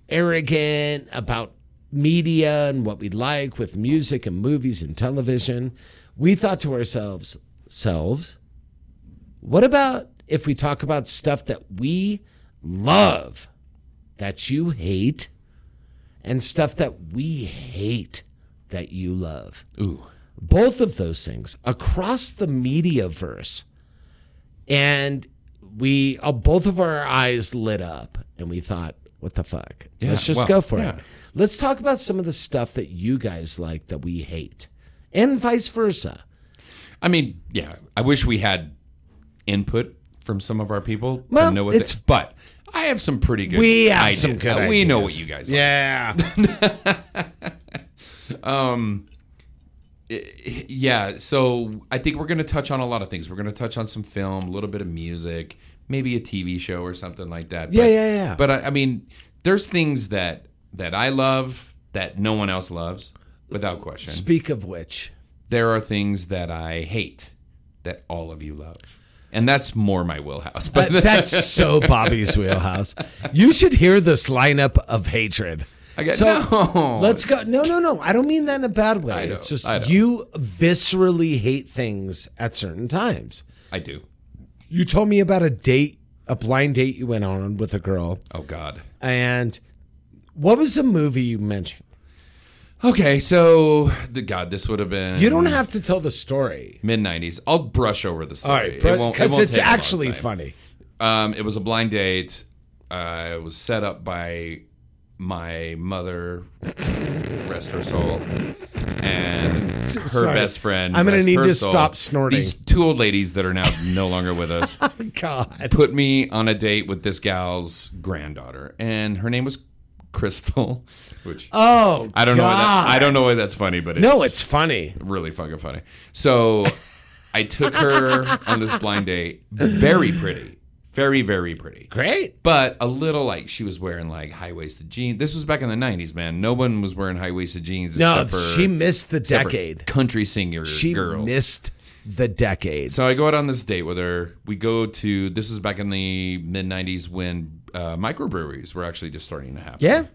E: arrogant about media and what we like with music and movies and television. We thought to ourselves, selves, what about if we talk about stuff that we love, that you hate, and stuff that we hate that you love? Ooh. Both of those things across the media verse and we uh, both of our eyes lit up and we thought What the fuck?
D: Yeah,
E: Let's just
D: well,
E: go for
D: yeah.
E: it. Let's talk about some of the stuff that you guys like that we hate, and vice versa.
D: I mean, yeah, I wish we had input from some of our people
E: Well,
D: to know what it's.
E: it's-
D: They, but I have some pretty good.
E: We have
D: ideas.
E: some good
D: We know
E: ideas.
D: what you guys. like.
E: Yeah.
D: Yeah, so I think we're going to touch on a lot of things. We're going to touch on some film, a little bit of music, maybe a TV show or something like that.
E: Yeah,
D: but,
E: yeah, yeah.
D: But I, I mean, there's things that that I love that no one else loves, without question.
E: Speak of which,
D: there are things that I hate that all of you love, and that's more my wheelhouse. But
E: Uh, that's so Bobby's wheelhouse. You should hear this lineup of hatred.
D: I got-
E: so
D: no.
E: let's go. No, no, no. I don't mean that in a bad way.
D: know,
E: it's just
D: I know.
E: you viscerally hate things at certain times.
D: I do.
E: You told me about a date, a blind date you went on with a girl,
D: Oh God.
E: and what was the movie you mentioned?
D: Okay, so the God, this would have been
E: You don't have to tell the story.
D: mid '90s. I'll brush over the story.
E: All right, but-
D: won't-
E: because
D: won't
E: it's
D: take a long
E: actually
D: time.
E: funny.
D: Um, it was a blind date. Uh, it was set up by my mother, rest her soul, and her
E: Sorry.
D: best friend.
E: I'm gonna
D: rest
E: need
D: her
E: to
D: soul.
E: stop snorting.
D: These two old ladies that are now no longer with us
E: Oh, God,
D: put me on a date with this gal's granddaughter, and her name was Crystal. Which
E: oh,
D: I don't know. Why that,
E: God.
D: I don't know why that's funny, but it's,
E: No, it's funny.
D: really fucking funny. So I took her on this blind date. Very pretty, very very pretty
E: Great.
D: but a little like she was wearing like high waisted jeans. This was back in the nineties, man. No one was wearing high waisted jeans.
E: No,
D: except for,
E: she missed the
D: except for
E: decade.
D: country singer
E: She
D: girls.
E: missed the decade.
D: so I go out on this date with her. We go to this is back in the mid nineties when uh, microbreweries were actually just starting to happen.
E: Yeah.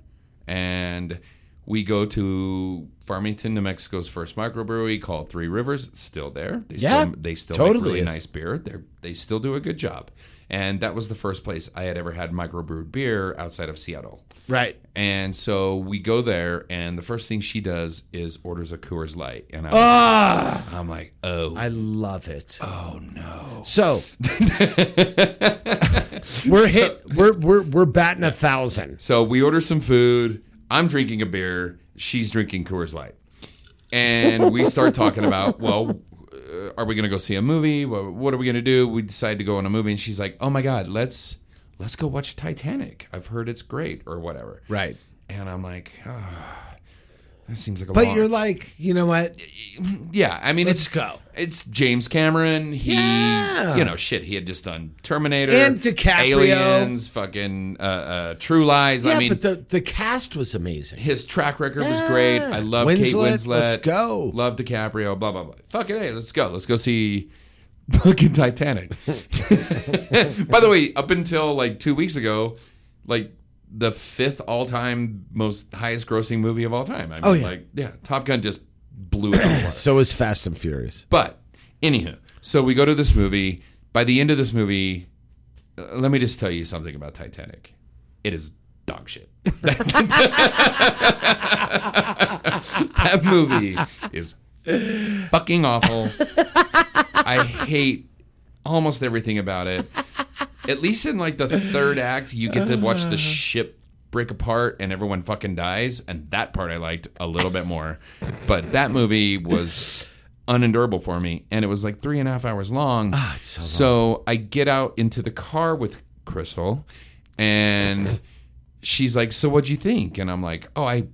D: and we go to Farmington, New Mexico's first microbrewery called Three Rivers. It's still there. They
E: Yeah,
D: still, they still
E: totally
D: make really
E: is.
D: nice beer. They they still do a good job. And that was the first place I had ever had microbrewed beer outside of Seattle.
E: Right.
D: And so we go there, and the first thing she does is orders a Coors Light, and I'm,
E: Ah!
D: I'm like, oh,
E: I love it. Oh no. So we're hit we're we're we're batting a thousand.
D: So we order some food. I'm drinking a beer. She's drinking Coors Light. And we start talking about, well, uh, are we going to go see a movie? Wha- What are we going to do? We decide to go on a movie. And she's like, oh my God, let's let's go watch Titanic. I've heard it's great or whatever.
E: Right.
D: And I'm like, ah, that seems like a
E: But
D: long-
E: you're like, you know what?
D: yeah, I mean,
E: Let's
D: it's
E: go.
D: It's James Cameron. He,
E: Yeah.
D: you know, shit. He had just done Terminator
E: And DiCaprio.
D: Aliens, fucking uh, uh, True Lies.
E: Yeah,
D: I mean,
E: but the the cast was amazing.
D: his track record was great.
E: Yeah.
D: I love
E: Winslet,
D: Kate Winslet.
E: let's go.
D: Love DiCaprio. Blah blah blah. Fuck it, hey, let's go. Let's go see fucking Titanic. By the way, up until like two weeks ago, like the fifth all-time most highest-grossing movie of all time. I mean,
E: Oh, yeah.
D: like yeah, Top Gun just blew it out. of the water.
E: So is Fast and Furious.
D: But anywho, so we go to this movie. By the end of this movie, uh, let me just tell you something about Titanic. It is dog shit. that movie is fucking awful. I hate almost everything about it. At least in like the third act, you get to watch the ship break apart and everyone fucking dies, and that part I liked a little bit more. But that movie was unendurable for me, and it was like three and a half hours long.
E: Ah,
D: so, I get out into the car with Crystal, and she's like, "So what'd you think?" And I'm like, "Oh, I."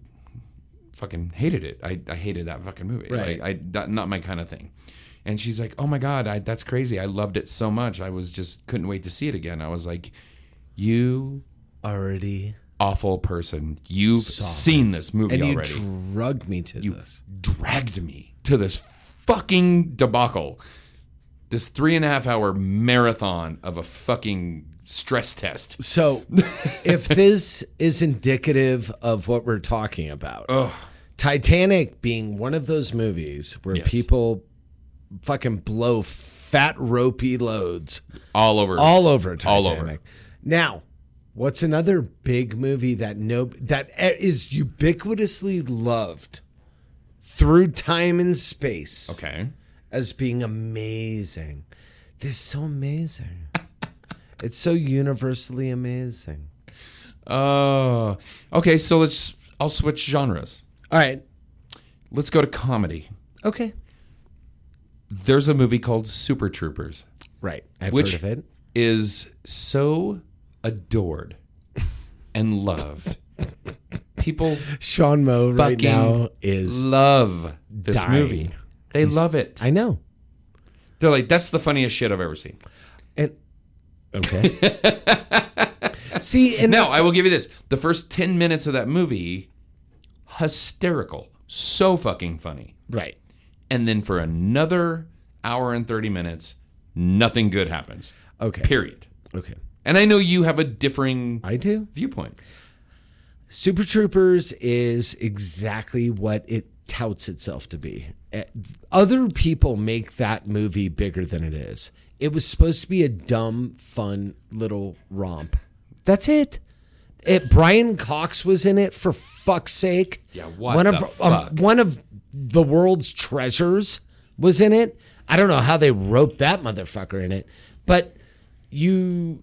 D: Fucking hated it. I, I hated that fucking movie.
E: Right.
D: Like, I that, not my kind of thing. And she's like, "Oh my god, I, that's crazy! I loved it so much. I was just couldn't wait to see it again." I was like, "You
E: Already.
D: awful person! You've seen this movie
E: And you
D: already.
E: drugged me to this.
D: dragged me to this fucking debacle, this three and a half hour marathon of a fucking stress test."
E: So, if this is indicative of what we're talking about, Titanic being one of those movies where
D: Yes.
E: people fucking blow fat ropey loads
D: All over.
E: all over Titanic.
D: All over.
E: Now, what's another big movie that no that e, is ubiquitously loved through time and space
D: Okay.
E: as being amazing? This is so amazing. it's so universally amazing.
D: Oh, okay. So let's. I'll switch genres.
E: All right.
D: Let's go to comedy.
E: Okay.
D: There's a movie called Super Troopers.
E: Right. I've
D: Which-
E: heard of it.
D: is so adored and loved. People
E: Sean Moe right
D: Fucking
E: now is.
D: love this
E: dying.
D: movie. They love it.
E: I know.
D: They're like, that's the funniest shit I've ever seen.
E: And okay. See, and
D: Now,
E: that's-
D: I will give you this. The first 10 minutes of that movie, hysterical. So fucking funny.
E: right.
D: And then for another hour and 30 minutes, nothing good happens.
E: Okay.
D: Period.
E: Okay.
D: And I know you have a differing
E: I do.
D: viewpoint.
E: Super Troopers is exactly what it touts itself to be. Eh, Other people make that movie bigger than it is. It was supposed to be a dumb, fun little romp. That's it. It Brian Cox was in it for fuck's sake.
D: Yeah, what
E: one
D: the
E: of um,
D: fuck?
E: one of the world's treasures was in it. I don't know how they roped that motherfucker in it, but you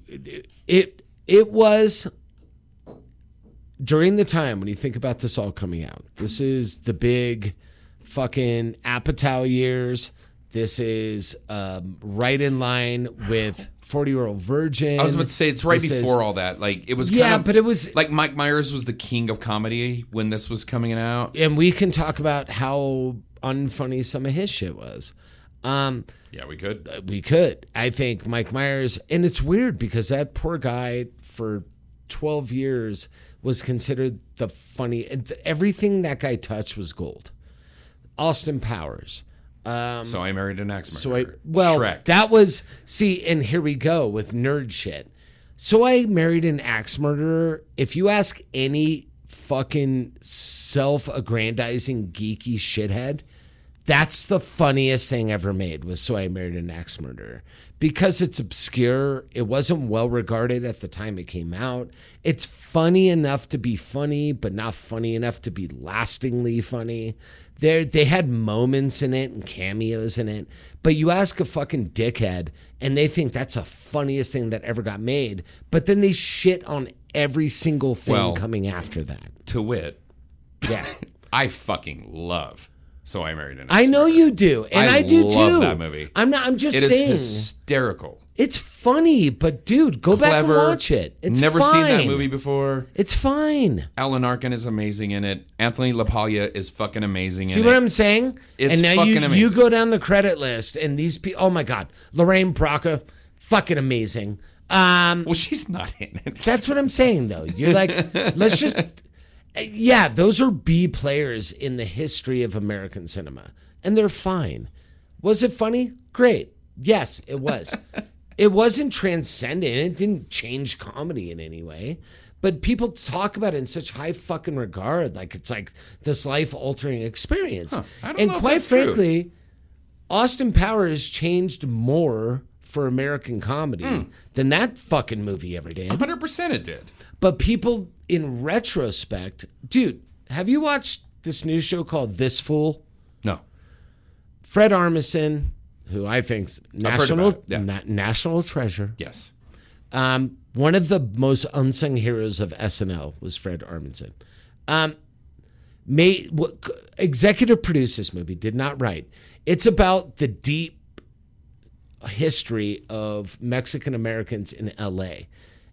E: it it was during the time when you think about this all coming out, this is the big fucking Apatow years. This is um, right in line with 40 year old virgin.
D: I was about to say it's right
E: This is-
D: before all that. Like it was.
E: Yeah,
D: kind of,
E: but it was-
D: like Mike Myers was the king of comedy when this was coming out.
E: and we can talk about how unfunny some of his shit was. Um,
D: Yeah, we could.
E: we could. I think Mike Myers, and it's weird because that poor guy for 12 years was considered the funny. and th- Everything that guy touched was gold. Austin Powers.
D: so I married an ex.
E: Um, So I well
D: Shrek.
E: that was see and here we go with nerd shit. So I married an axe murderer. If you ask any fucking self-aggrandizing geeky shithead, that's the funniest thing ever made was so I married an axe murderer. Because it's obscure, it wasn't well regarded at the time it came out. It's funny enough to be funny, but not funny enough to be lastingly funny. There they had moments in it and cameos in it, but you ask a fucking dickhead and they think that's the funniest thing that ever got made, but then they shit on every single thing
D: Well-
E: coming after that.
D: to wit,
E: Yeah.
D: I fucking love. So I married an. Ex.
E: I know you do, and I,
D: I
E: do
D: love
E: too.
D: that movie.
E: I'm not. I'm just
D: It is
E: saying.
D: hysterical.
E: It's funny, but dude, go back and
D: Clever.
E: watch it. It's
D: never seen that
E: fine.
D: movie before.
E: It's fine.
D: Alan Arkin is amazing in it. Anthony LaPaglia is fucking amazing
E: See
D: in
E: what
D: it.
E: I'm saying?
D: It's
E: and now you,
D: fucking
E: you
D: amazing.
E: go down the credit list, and these people. Oh my God, Lorraine Bracca, fucking amazing. Um,
D: well, she's not in it.
E: that's what I'm saying though. You're like, let's just. Yeah, those are B players in the history of American cinema, and they're fine. Was it funny? Great. Yes, it was. it wasn't transcendent. It didn't change comedy in any way. But people talk about it in such high fucking regard, like it's like this life altering experience.
D: I don't
E: and
D: know if
E: quite
D: that's true.
E: frankly, Austin Powers changed more for American comedy
D: Hmm.
E: than that fucking movie ever did.
D: Hundred percent, it did.
E: But people in retrospect, dude, have you watched this new show called This Fool?
D: No,
E: Fred Armisen, who I think's
D: heard
E: national
D: about it, yeah.
E: na- national treasure.
D: yes,
E: Um, one of the most unsung heroes of SNL was Fred Armisen. Um, may, what, executive produced this movie, did not write. It's about the deep history of Mexican Americans in LA.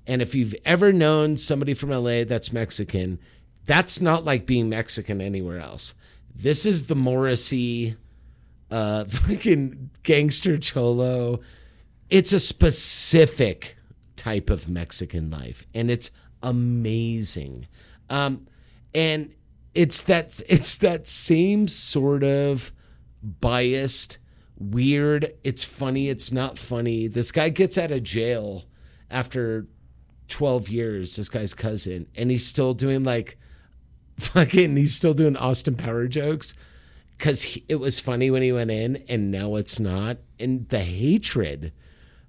E: And if you've ever known somebody from LA that's Mexican, that's not like being Mexican anywhere else. This is the Morrissey, uh, fucking gangster cholo. It's a specific type of Mexican life, and it's amazing. Um, and it's that it's that same sort of biased, weird. It's funny. It's not funny. This guy gets out of jail after 12 years, this guy's cousin, and he's still doing like fucking, he's still doing Austin Power jokes because it was funny when he went in and now it's not. And the hatred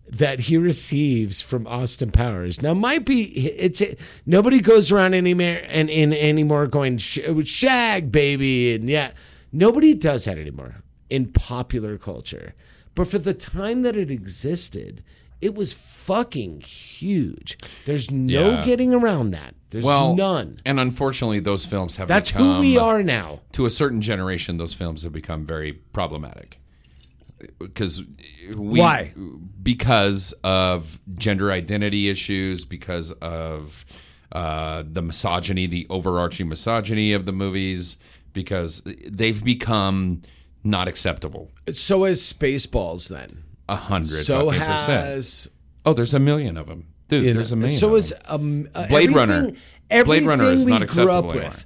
E: that he receives from Austin Powers now might be it's nobody goes around anymore and in anymore going "Sh- shag baby and yeah nobody does that anymore in popular culture but for the time that it existed It was fucking huge. There's no
D: Yeah.
E: getting around that. There's
D: well,
E: none.
D: And unfortunately, those films have
E: That's
D: become,
E: who we are now.
D: to a certain generation, those films have become very problematic. Because we,
E: Why?
D: Because of gender identity issues, because of uh, the misogyny, the overarching misogyny of the movies, because they've become not acceptable.
E: So is Spaceballs then.
D: A hundred
E: So
D: fucking percent.
E: has
D: Oh, there's a million of them, dude. there's a million.
E: So
D: of
E: is
D: 'em.
E: um, uh,
D: Blade Runner.
E: everything-
D: Blade Runner
E: everything
D: is
E: we grew
D: not
E: up
D: acceptable anymore.
E: with.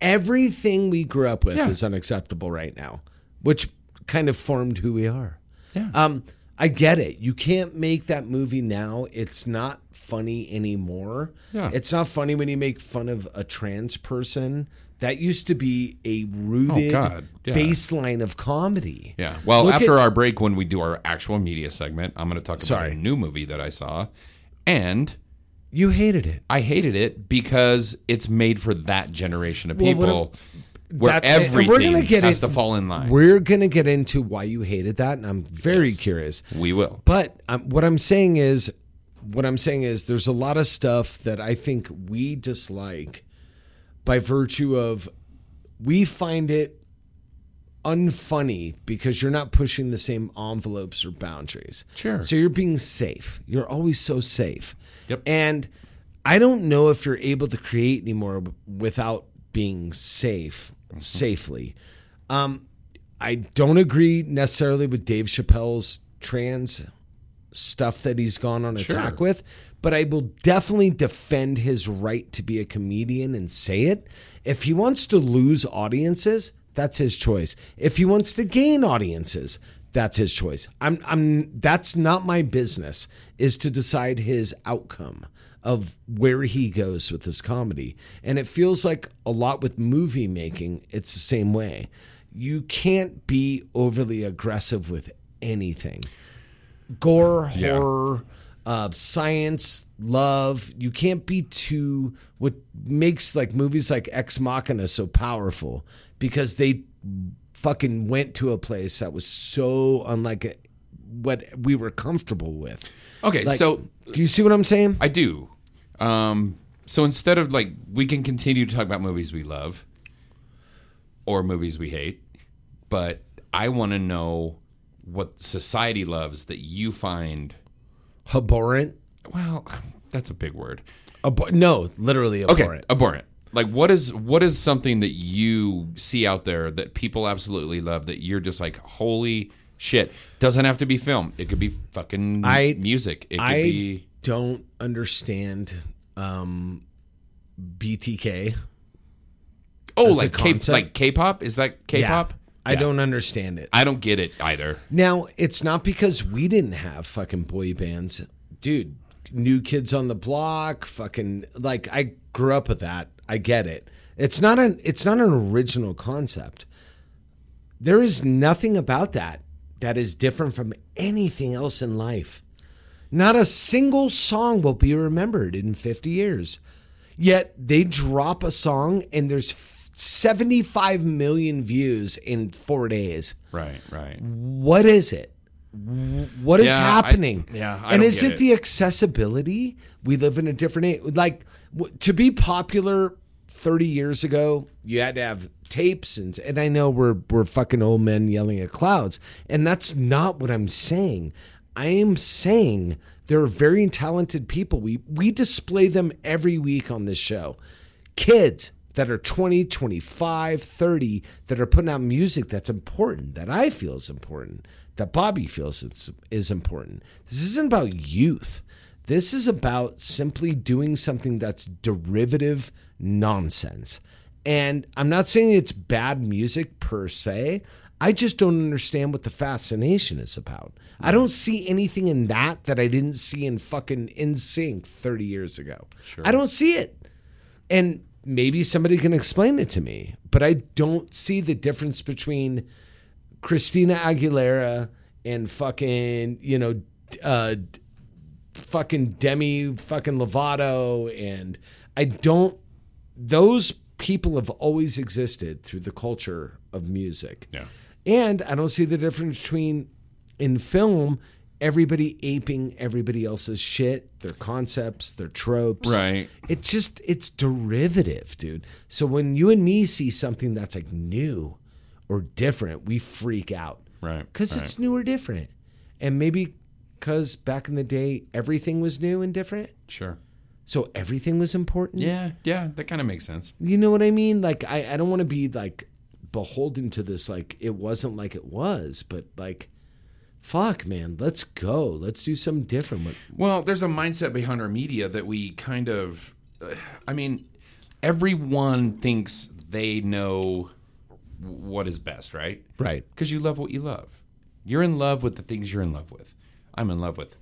E: Everything we grew up with
D: Yeah.
E: is unacceptable right now, which kind of formed who we are.
D: Yeah.
E: Um, I get it. You can't make that movie now. It's not funny anymore.
D: Yeah.
E: It's not funny when you make fun of a trans person. That used to be a rooted
D: Oh, God. Yeah.
E: baseline of comedy.
D: Yeah. Well,
E: Look
D: after
E: at-
D: our break, when we do our actual media segment, I'm going to talk
E: Sorry.
D: about a new movie that I saw, and
E: you hated it.
D: I hated it because it's made for that generation of
E: Well, what
D: people, where
E: That's it. And
D: everything
E: gonna
D: has
E: in-
D: to fall in line.
E: We're going to get into why you hated that, and I'm very curious.
D: We will.
E: But um, what I'm saying is, what I'm saying is, there's a lot of stuff that I think we dislike by virtue of we find it unfunny because you're not pushing the same envelopes or boundaries.
D: Sure.
E: So you're being safe. You're always so safe.
D: Yep.
E: And I don't know if you're able to create anymore without being safe
D: Mm-hmm.
E: safely. Um, I don't agree necessarily with Dave Chappelle's trans stuff that he's gone on attack with, but I will definitely defend his right to be a comedian and say it. If he wants to lose audiences, that's his choice. If he wants to gain audiences, that's his choice. I'm I'm that's not my business is to decide his outcome of where he goes with his comedy. And it feels like a lot with movie making, it's the same way. You can't be overly aggressive with anything gore,
D: Yeah.
E: horror, uh, science, love. You can't be too what makes like movies like Ex Machina so powerful because they fucking went to a place that was so unlike it- what we were comfortable with.
D: Okay,
E: Like,
D: so
E: do you see what I'm saying?
D: I do. Um, so instead of like, we can continue to talk about movies we love or movies we hate, but I want to know what society loves that you find.
E: abhorrent.
D: Well, that's a big word.
E: Abhor- no, literally
D: Okay,
E: abhorrent.
D: abhorrent. Like what is what is something that you see out there that people absolutely love that you're just like holy shit? Doesn't have to be film. It could be fucking
E: I-
D: music. It could
E: I
D: be
E: don't understand um, BTK.
D: oh
E: as a
D: like K,
E: concept-
D: like K-pop is that K-pop?
E: Yeah. I don't understand it.
D: I don't get it either.
E: Now, it's not because we didn't have fucking boy bands. Dude, new kids on the block, fucking like I grew up with that. I get it. It's not an it's not an original concept. There is nothing about that that is different from anything else in life. Not a single song will be remembered in 50 years. Yet they drop a song and there's f- 75 million views in 4 days
D: Right, right.
E: what is it? What is
D: Yeah, I-
E: happening?
D: yeah, I
E: and
D: don't
E: is
D: get
E: it
D: it.
E: the accessibility? We live in a different age. Like w- to be popular thirty years ago, you had to have tapes, and and I know we're we're fucking old men yelling at clouds, and that's not what I'm saying. I am saying there are very talented people. We we display them every week on this show kids that are 20, 25, 30 that are putting out music that's important, that I feel is important, that Bobby feels it's, is important. This isn't about youth. This is about simply doing something that's derivative nonsense. And I'm not saying it's bad music per se. I just don't understand what the fascination is about. I don't see anything in that that I didn't see in fucking In Sync 30 years ago. I don't see it and maybe somebody can explain it to me but i don't see the difference between christina aguilera and fucking you know d- uh d- fucking demi fucking lovato and i don't those people have always existed through the culture of music
D: Yeah.
E: and i don't see the difference between in film everybody aping everybody else's shit, their concepts, their tropes.
D: Right.
E: It just it's derivative, dude. So when you and me see something that's like new or different, we freak out.
D: Right,
E: Cuz
D: right.
E: it's new or different. And maybe cuz back in the day everything was new and different,
D: Sure.
E: so everything was important.
D: Yeah, yeah, that kind of makes sense.
E: You know what I mean? Like I, I don't want to be like beholden to this like it wasn't like it was, but like fuck man, let's go. Let's do something different. What-
D: Well, there's a mindset behind our media that we kind of, uh, I mean, everyone thinks they know w- what is best, right?
E: Right.
D: Because you love what you love. You're in love with the things you're in love with. I'm in love with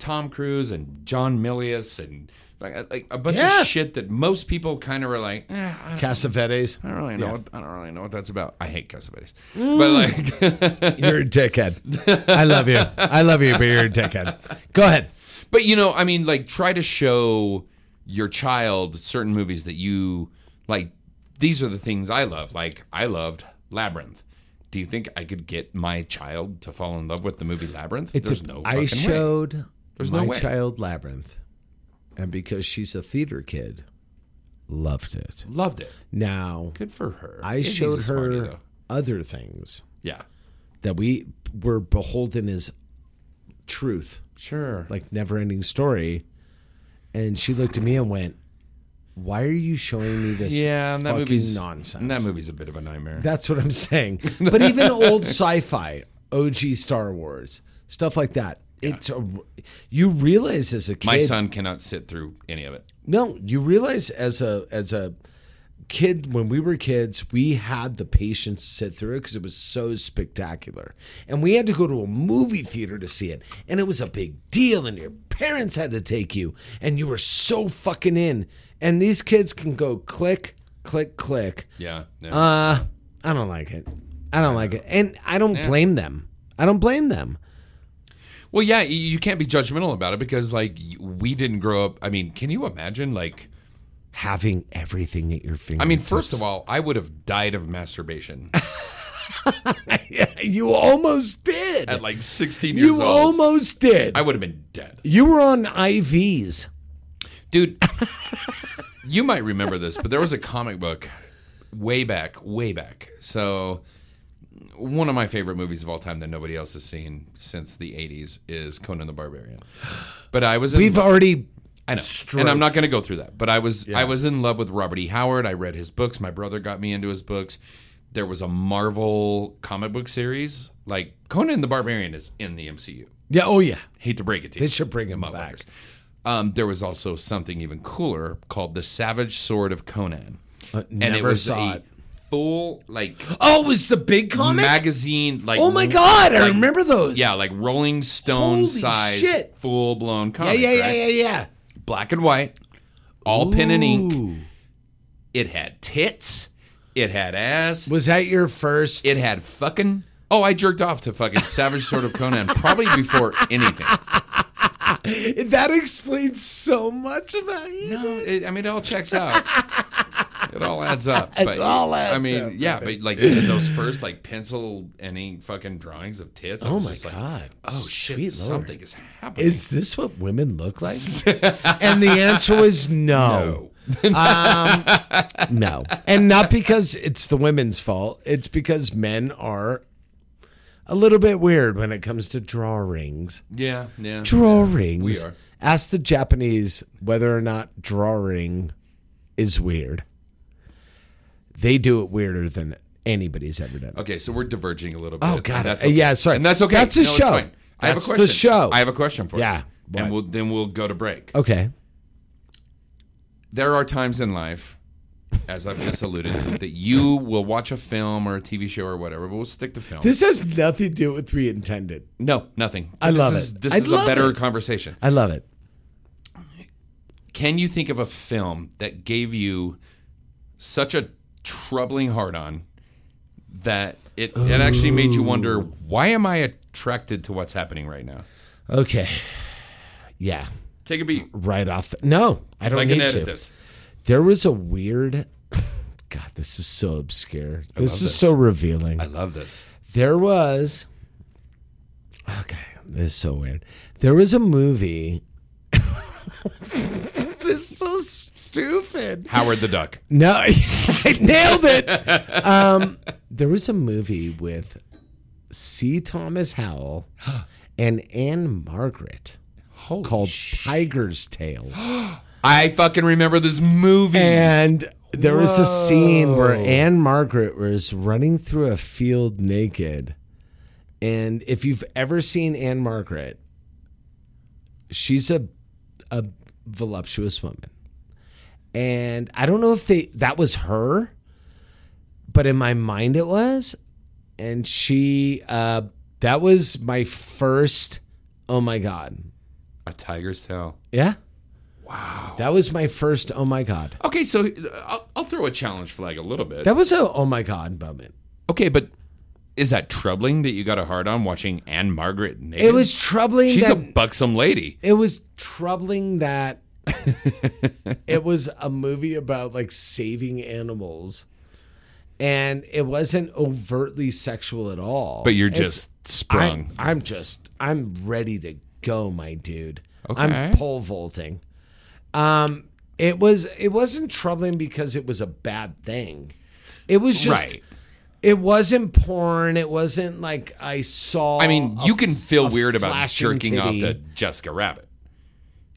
D: Tom Cruise and John Milius and like, like a bunch
E: Yeah.
D: of shit that most people kind of are like, eh, I don't
E: Cassavetes.
D: I don't really know. What, I don't really know what that's about. I hate Cassavetes, but like,
E: You're a dickhead. I love you. I love you, but you're a dickhead. Go ahead.
D: But you know, I mean, like try to show your child certain movies that you like. These are the things I love. Like I loved Labyrinth. Do you think I could get my child to fall in love with the movie Labyrinth?
E: It's
D: There's
E: a-
D: no
E: I
D: fucking way.
E: showed
D: There's
E: my
D: no way.
E: child Labyrinth, and because she's a theater kid, loved it.
D: Loved it.
E: Now
D: Good for her.
E: I
D: Izzy's a
E: showed
D: smarty,
E: her
D: though.
E: other things
D: Yeah.
E: that we were beholden as truth,
D: Sure.
E: like never ending story. And she looked at me and went, Why are you showing me this
D: yeah, and that
E: fucking
D: movie's
E: nonsense?
D: and That movie's a bit of a nightmare.
E: That's what I'm saying. But even old sci-fi, OG Star Wars, stuff like that. It's a, you realize as a kid.
D: my son cannot sit through any of it.
E: No, you realize as a as a kid when we were kids, we had the patience to sit through it because it was so spectacular, and we had to go to a movie theater to see it, and it was a big deal, and your parents had to take you, and you were so fucking in. And these kids can go click, click, click.
D: Yeah. no.
E: Uh, I don't like it. I don't like it. And I don't blame them. I don't blame them.
D: Well, yeah, y- you can't be judgmental about it because, like, y- we didn't grow up. I mean, can you imagine, like,
E: Having everything at your fingertips.
D: I mean, first of all, I would have died of masturbation
E: you almost did.
D: at like 16 years
E: you
D: old.
E: almost did.
D: I would have been dead.
E: you were on IVs.
D: Dude, you might remember this, but there was a comic book way back, way back. So, one of my favorite movies of all time that nobody else has seen since the 80s is Conan the Barbarian. But I was in
E: We've already.
D: I know. And I'm not going to go through that. But I was I was in love with Robert E. Howard. I read his books. My brother got me into his books. There was a Marvel comic book series. Like Conan the Barbarian is in the MCU.
E: Yeah. Oh yeah.
D: Hate to break it to
E: They
D: you.
E: should bring him back.
D: Motherfuckers. Um, there was also something even cooler called the Savage Sword of Conan. and it
E: Uh, never
D: was
E: saw
D: a
E: it.
D: full like
E: Oh, it was the big comic?
D: magazine like
E: Oh my God, I
D: like-
E: remember those.
D: Yeah, like Rolling Stone
E: Holy
D: size
E: shit.
D: full blown
E: yeah,
D: comic.
E: yeah, yeah,
D: right?
E: yeah, yeah.
D: black and white, all pen and ink.
E: Ooh.
D: It had tits. It had ass.
E: Was that your first?
D: It had fucking. Oh, I jerked off to fucking Savage Sword of Conan probably before anything.
E: that explains so much about you.
D: No, it, I mean, it all checks out. It all adds up. It
E: all adds
D: I mean,
E: up,
D: yeah, but like those first like pencil and ink fucking drawings of tits. I
E: Oh
D: was
E: my
D: just like,
E: God.
D: oh shit,
E: Sweet Lord.
D: something is happening.
E: Is this what women look like? and the answer was no. No. Um, no. And not because it's the women's fault, it's because men are a little bit weird when it comes to drawings.
D: yeah, yeah.
E: Drawings. We
D: are.
E: Ask the Japanese whether or not drawing is weird. They do it weirder than anybody's ever done. it.
D: Okay, so we're diverging a little bit.
E: Oh,
D: and
E: God.
D: that's
E: Uh,
D: okay.
E: yeah, sorry.
D: and that's okay.
E: That's the
D: No, it's
E: show.
D: fine. I have a
E: That's the
D: question.
E: show.
D: I have a question for
E: Yeah,
D: you.
E: what?
D: and we'll then we'll go to break.
E: Okay.
D: There are times in life, as I've just alluded to, that you will watch a film or a TV show or whatever. But we'll stick to film.
E: This has nothing to do with we intended.
D: no, nothing.
E: I
D: this
E: love
D: is,
E: it.
D: This
E: I
D: is a
E: love
D: better
E: it.
D: conversation.
E: I love it.
D: Can you think of a film that gave you such a troubling hard on that it it actually made you wonder why am I attracted to what's happening right now?
E: Okay. Yeah.
D: Take a beat.
E: Right off. The, no, I don't
D: I
E: need
D: can
E: to.
D: edit this.
E: There was a weird. God, this is so obscure. This is so revealing.
D: I love this.
E: there was. Okay, It's so weird. There was a movie. this is so stupid.
D: Howard the Duck.
E: No, I nailed it. Um, there was a movie with C. Thomas Howell and Anne Margaret
D: Holy
E: called Tiger's Tale.
D: I fucking remember this movie.
E: And there was a scene where Anne Margaret was running through a field naked. And if you've ever seen Anne Margaret, she's a a voluptuous woman. And I don't know if they that was her, but in my mind it was. And she uh that was my first oh my god.
D: a tiger's tail.
E: Yeah. Wow. That was my first oh my god.
D: Okay, so uh, I'll, I'll throw a challenge flag a little bit.
E: That was a oh my god moment.
D: okay, but is that troubling that you got a hard on watching Anne Margaret naked?
E: It was troubling
D: She's
E: that
D: a buxom lady.
E: it was troubling that it was a movie about like saving animals and it wasn't overtly sexual at all.
D: But you're
E: It's-
D: just sprung.
E: I'm, I'm just I'm ready to go, my dude. I'm
D: Okay.
E: pole vaulting. Um it was it wasn't troubling because it was a bad thing. It was just
D: right.
E: it wasn't porn. It wasn't like I saw.
D: I mean,
E: a
D: you can
E: f-
D: feel
E: a
D: weird about
E: flashing
D: jerking off
E: titty.
D: to Jessica Rabbit.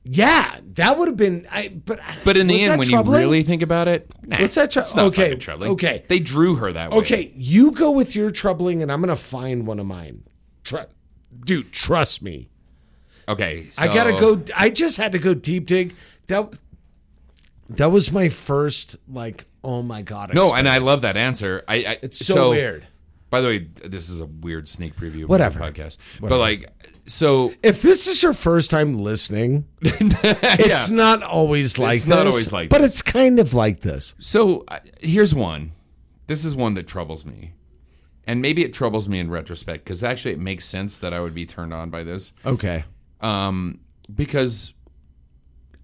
E: Yeah, that would have been. I but I-
D: But in the
E: was
D: end,
E: that
D: when
E: troubling?
D: you really think about it, nah,
E: What's that trou-
D: it's not
E: okay,
D: fucking troubling.
E: okay.
D: They drew her that way.
E: okay, you go with your troubling, and I'm gonna find one of mine. Tru- dude, trust me.
D: Okay.
E: I gotta
D: so-
E: go. I just had to go deep dig. That that was my first like. Oh my god!
D: No, and I love that answer. I, I
E: It's so, weird.
D: By the way, this is a weird sneak preview of
E: Whatever.
D: the podcast. But like, so
E: If this is your first time listening, it's not always like
D: It's
E: this.
D: not always like
E: but
D: this.
E: it's kind of like this.
D: So I- here's one. This is one that troubles me. And maybe it troubles me in retrospect because actually it makes sense that I would be turned on by this.
E: Okay.
D: Um, because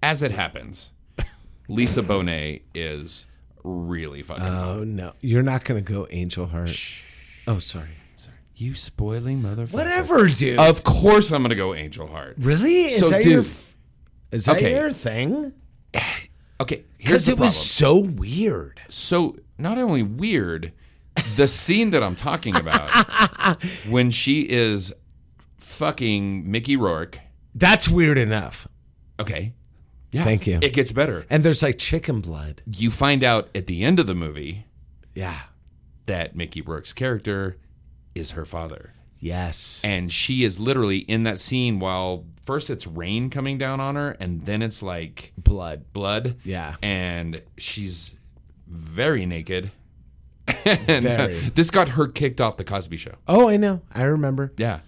D: as it happens, Lisa Bonet is really fucking. hot.
E: Oh no, you're not gonna go Angel Heart. Oh, sorry. Sorry.
D: you spoiling motherfucker.
E: Whatever, dude.
D: Of course I'm going to go Angel Heart.
E: really? Is
D: So,
E: that
D: dude.
E: your? f- Is that
D: Okay.
E: your thing?
D: Okay.
E: Because
D: Here's the
E: it
D: problem.
E: was so weird.
D: so not only weird, the scene that I'm talking about when she is fucking Mickey Rourke.
E: That's weird enough.
D: Okay. Yeah.
E: Thank you.
D: It gets better.
E: And there's like chicken blood.
D: You find out at the end of the movie
E: Yeah.
D: that Mickey Rourke's character is her father.
E: Yes.
D: And she is literally in that scene while first it's rain coming down on her and then it's like
E: blood.
D: blood.
E: Yeah.
D: And she's very naked. and uh,
E: Very.
D: this got her kicked off the Cosby show.
E: Oh, I know. I remember.
D: Yeah.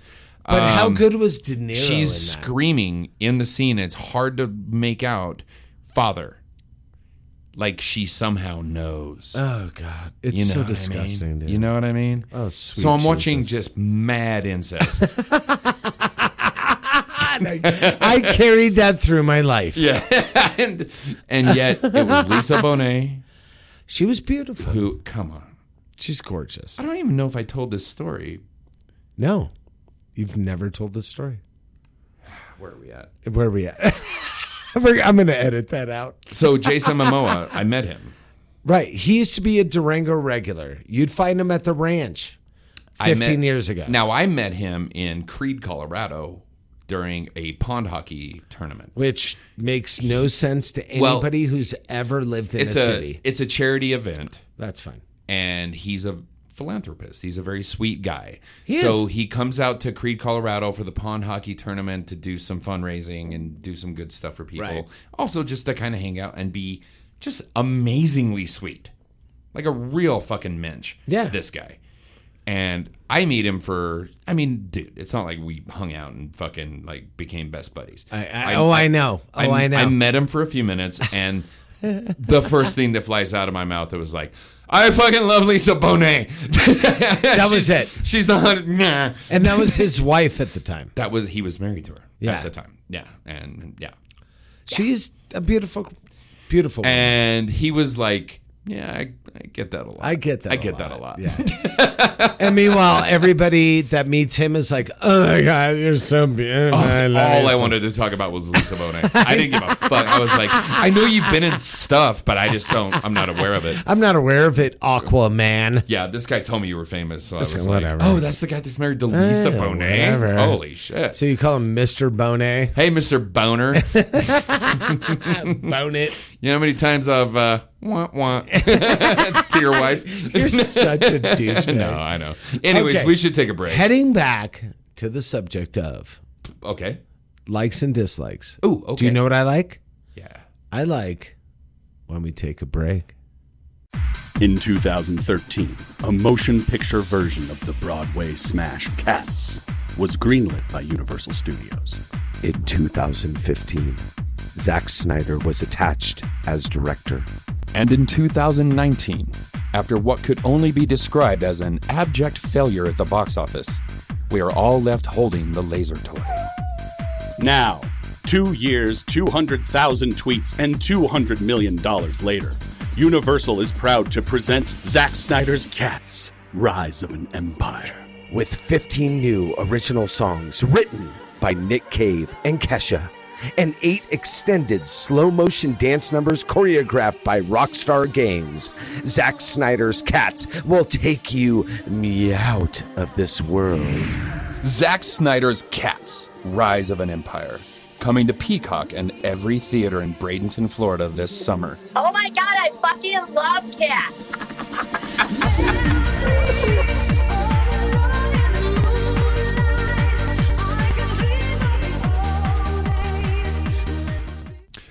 E: But how
D: Um,
E: good was De Niro?
D: she's
E: in that?
D: screaming in the scene. It's hard to make out father. Like she somehow knows.
E: Oh God, it's
D: You know
E: so
D: what I mean?
E: disgusting, dude.
D: You know what I mean?
E: Oh, sweet
D: So I'm watching
E: Jesus.
D: just mad incest.
E: I carried that through my life.
D: yeah. and and yet it was Lisa Bonet
E: She was beautiful.
D: who come on.
E: She's gorgeous.
D: I don't even know if I told this story.
E: No, you've never told this story.
D: Where are we at?
E: Where are we at? We're- I'm gonna edit that out.
D: So Jason Momoa, I met him.
E: Right. He used to be a Durango regular. You'd find him at the ranch
D: I met-
E: 15 years ago.
D: Now I met him in Creed, Colorado during a pond hockey tournament.
E: which makes no sense to
D: Well,
E: anybody who's ever lived in a,
D: it's a
E: city.
D: it's a charity event
E: That's fine.
D: and he's a philanthropist he's a very sweet guy
E: He
D: so
E: is.
D: he comes out to creed colorado for the pond hockey tournament to do some fundraising and do some good stuff for people
E: Right.
D: also just to kind of hang out and be just amazingly sweet like a real fucking mensch
E: Yeah.
D: this guy and i meet him for i mean dude it's not like we hung out and fucking like became best buddies
E: I, I, oh, I, know. Oh, I, know.
D: I met him for a few minutes, and the first thing that flies out of my mouth it was like, "I fucking love Lisa Bonet." that
E: was it.
D: She's the hundred. Nah.
E: and that was his wife at the time.
D: That was he was married to her
E: Yeah.
D: at the time. Yeah, and yeah,
E: She's a beautiful, beautiful. woman.
D: and he was like, Yeah, I, I get that a lot.
E: I get that.
D: I
E: a
D: get that a lot.
E: Yeah. and meanwhile, everybody that meets him is like, "Oh my god, you're so beautiful." I love
D: Oh, All
E: you
D: I
E: so-"
D: wanted to talk about was Lisa Bonet. I didn't give a fuck. I was like, I know you've been in stuff, but I just don't. I'm not aware of it.
E: I'm not aware of it, Aquaman.
D: Yeah, this guy told me you were famous, so I was
E: guy-
D: like,
E: whatever.
D: "Oh, that's the guy that's married to Lisa
E: Eh,
D: Bonet."
E: whatever.
D: Holy shit!
E: So you call him Mr. Bonet?
D: hey, Mister Boner, you
E: Bonet.
D: know how many times I've uh, wah, wah, to your wife?
E: You're such a douchebag.
D: No, I know. Anyways,
E: Okay.
D: we should take a break.
E: Heading back to the subject of
D: okay.
E: likes and dislikes.
D: Ooh, okay.
E: Do you know what I like?
D: Yeah.
E: I like when we take a break.
F: In 2013, a motion picture version of the Broadway smash Cats was greenlit by Universal Studios.
C: In 2015, Zack Snyder was attached as director.
G: And in 2019, after what could only be described as an abject failure at the box office, we are all left holding the laser toy.
F: Now, two years, 200,000 tweets, and $200 million later, Universal is proud to present Zack Snyder's Cats Rise of an Empire.
C: With 15 new original songs written by Nick Cave and Kesha, and eight extended slow motion dance numbers choreographed by Rockstar Games, Zack Snyder's Cats will take you me out of this world.
E: Mm.
G: Zack Snyder's Cats Rise of an Empire. Coming to Peacock and every theater in Bradenton, Florida this summer.
H: Oh my god, I fucking love cats.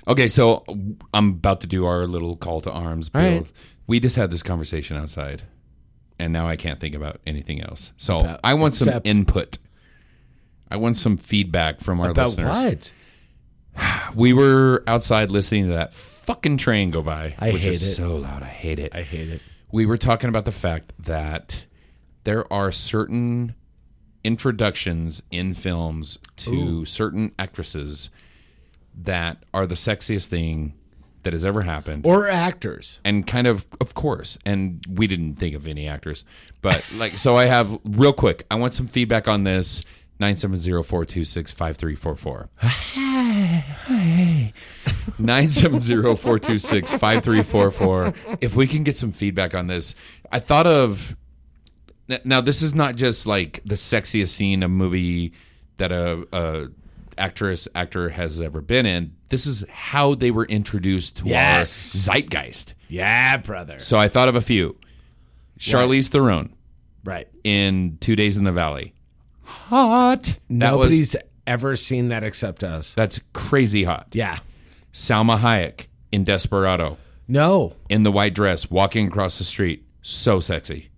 D: Okay, so I'm about to do our little call to arms. Bill.
E: right.
D: We just had this conversation outside, and now I can't think about anything else. So I want some
E: except-
D: input. I want some feedback from our
E: About what?
D: listeners. We were outside listening to that fucking train go by.
E: I
D: which
E: hate
D: is
E: it.
D: so loud. I hate it.
E: I hate it.
D: we were talking about the fact that there are certain introductions in films to certain actresses that are the sexiest thing that has ever happened
E: Or actors.
D: and kind of of course and we didn't think of any actors but like so i have real quick i want some feedback on this 970-426-5344 970-426-5344 if we can get some feedback on this i thought of n- now this is not just like the sexiest scene a movie that a, a actress actor has ever been in this is how they were introduced to our
E: Yes.
D: zeitgeist
E: Yeah, brother.
D: so I thought of a few. Charlize Theron
E: Right.
D: in Two Days in the Valley. Hot. That was
E: Nobody's ever seen that except us.
D: that's crazy hot.
E: Yeah.
D: Salma Hayek in Desperado
E: No.
D: in the white dress walking across the street. So sexy.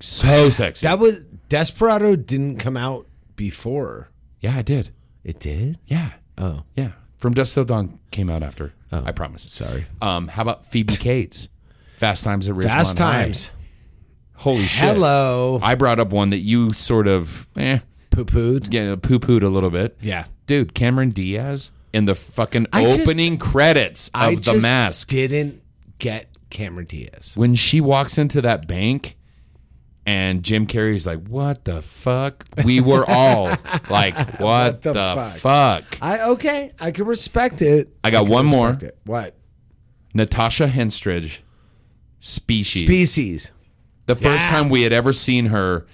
D: So sexy.
E: That was Desperado didn't come out before.
D: yeah, I did.
E: It did?
D: Yeah.
E: Oh.
D: Yeah. From Dust Till Dawn came out after. I promise. Sorry. Um, how about Phoebe Cates? Fast Times at Ridgemont
E: Fast
D: High.
E: times.
D: Holy shit.
E: Hello.
D: I brought up one that you sort of eh,
E: Poo pooed.
D: yeah, poo-pooed a little bit.
E: Yeah.
D: dude, Cameron Diaz in the fucking
E: I just-
D: opening credits of
E: I
D: The
E: just
D: Mask.
E: didn't get Cameron Diaz.
D: When she walks into that bank and Jim Carrey's like, "What the fuck?" We were all like, "What, the,
E: the
D: fuck?
E: I okay. I can respect it.
D: I got
E: can
D: one more.
E: respect it. What?
D: Natasha Henstridge, Species.
E: Species.
D: The first
E: Yeah.
D: time we had ever seen her,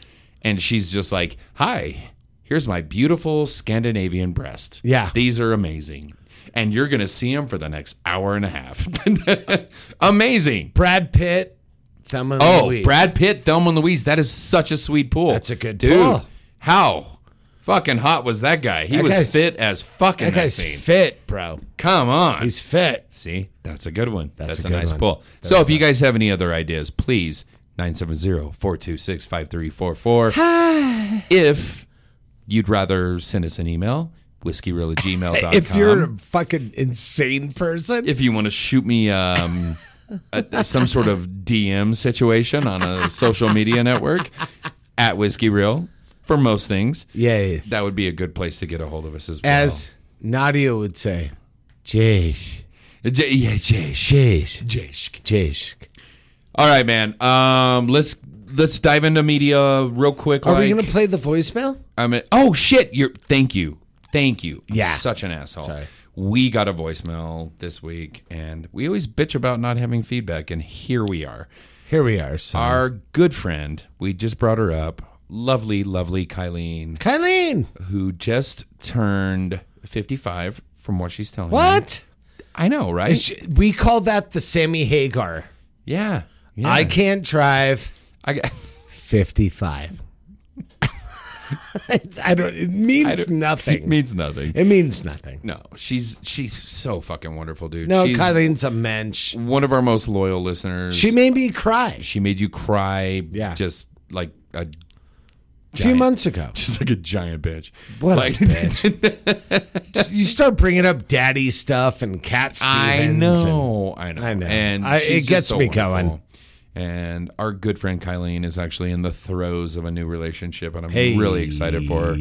D: and she's just like, "Hi, here's my beautiful Scandinavian breast.
E: Yeah.
D: these are amazing." And you're gonna see them for the next hour and a half. amazing.
E: Brad Pitt. Thelma and
D: Oh,
E: Louise.
D: Brad Pitt, Thelma and Louise. That is such a sweet pool.
E: That's a good pull.
D: How fucking hot was that guy? He
E: That
D: was
E: guy's-
D: fit as fucking.
E: That
D: That
E: guy's
D: scene.
E: fit, bro.
D: Come on.
E: He's fit.
D: See, that's a good one. That's, a,
E: a good
D: nice
E: one.
D: pull. so if you guys have any other ideas, please 970-426-5344. if you'd rather send us an email, whiskeyreal at gmail.com.
E: If you're a fucking insane person,
D: if you want to shoot me um, a, some sort of DM situation on a social media network at Whiskey Reel for most things,
E: yeah.
D: that would be a good place to get a hold of us as well.
E: As Nadia would say, Jesh,
D: J- yeah, Jesh.
E: Jesh,
D: Jesh.
E: Jesh.
D: All right, man. Um, let's let's dive into media real quick.
E: Are we
D: like-
E: gonna play the voicemail?
D: I mean, oh shit! You're thank you, thank you. I'm
E: Yeah.
D: such an asshole.
E: Sorry.
D: We got a voicemail this week, and we always bitch about not having feedback, and here we are.
E: Here we are. So.
D: Our good friend, we just brought her up, lovely, lovely Kyleen,
E: Kyleen,
D: who just turned 55, from what she's telling me.
E: what?
D: I know, right?
E: Is she- we call that the Sammy Hagar.
D: yeah. yeah.
E: I can't drive.
D: I got-
E: 55. It's- I don't. It means nothing.
D: It means nothing.
E: it means nothing.
D: No, she's she's so fucking wonderful, dude.
E: No,
D: she's
E: Kyleen's a mensch.
D: one of our most loyal listeners.
E: She made me cry
D: she made you cry
E: Yeah.
D: just like a
E: a few months ago.
D: just like a giant bitch.
E: What a
D: Like-
E: bitch. you start bringing up daddy stuff and cat Stevens.
D: I
E: and-
D: know, I know,
E: I know.
D: And
E: I-
D: she's
E: it
D: just
E: gets
D: so
E: me going.
D: wonderful. And our good friend Kyleen is actually in the throes of a new relationship, and I'm
E: Hey.
D: really excited for her.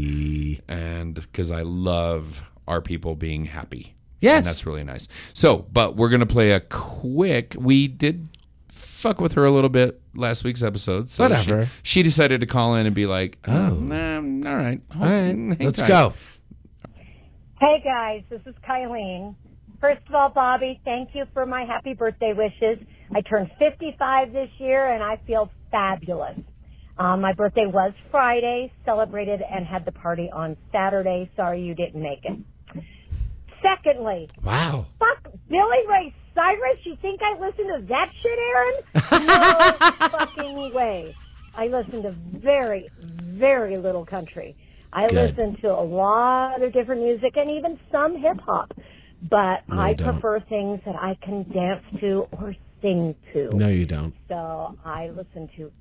D: And because I love our people being happy.
E: Yes.
D: And that's really nice. So, but we're gonna play a quick. We did fuck with her a little bit last week's episode. So
E: Whatever.
D: She, she decided to call in and be like, "Oh, nah, all right, all right,
E: Let's go.
H: Hey guys, this is Kylene. First of all, Bobby, thank you for my happy birthday wishes. I turned 55 this year and I feel fabulous. Um, my birthday was Friday, celebrated and had the party on Saturday. Sorry you didn't make it. Secondly,
E: Wow.
H: fuck Billy Ray Cyrus? You think I listen to that shit, Aaron? No fucking way. I listen to very, very little country. I
E: Good.
H: listen to a lot of different music and even some hip hop, but I
E: you don't.
H: prefer things that I can dance to or sing to.
E: No, you don't.
H: So I listen to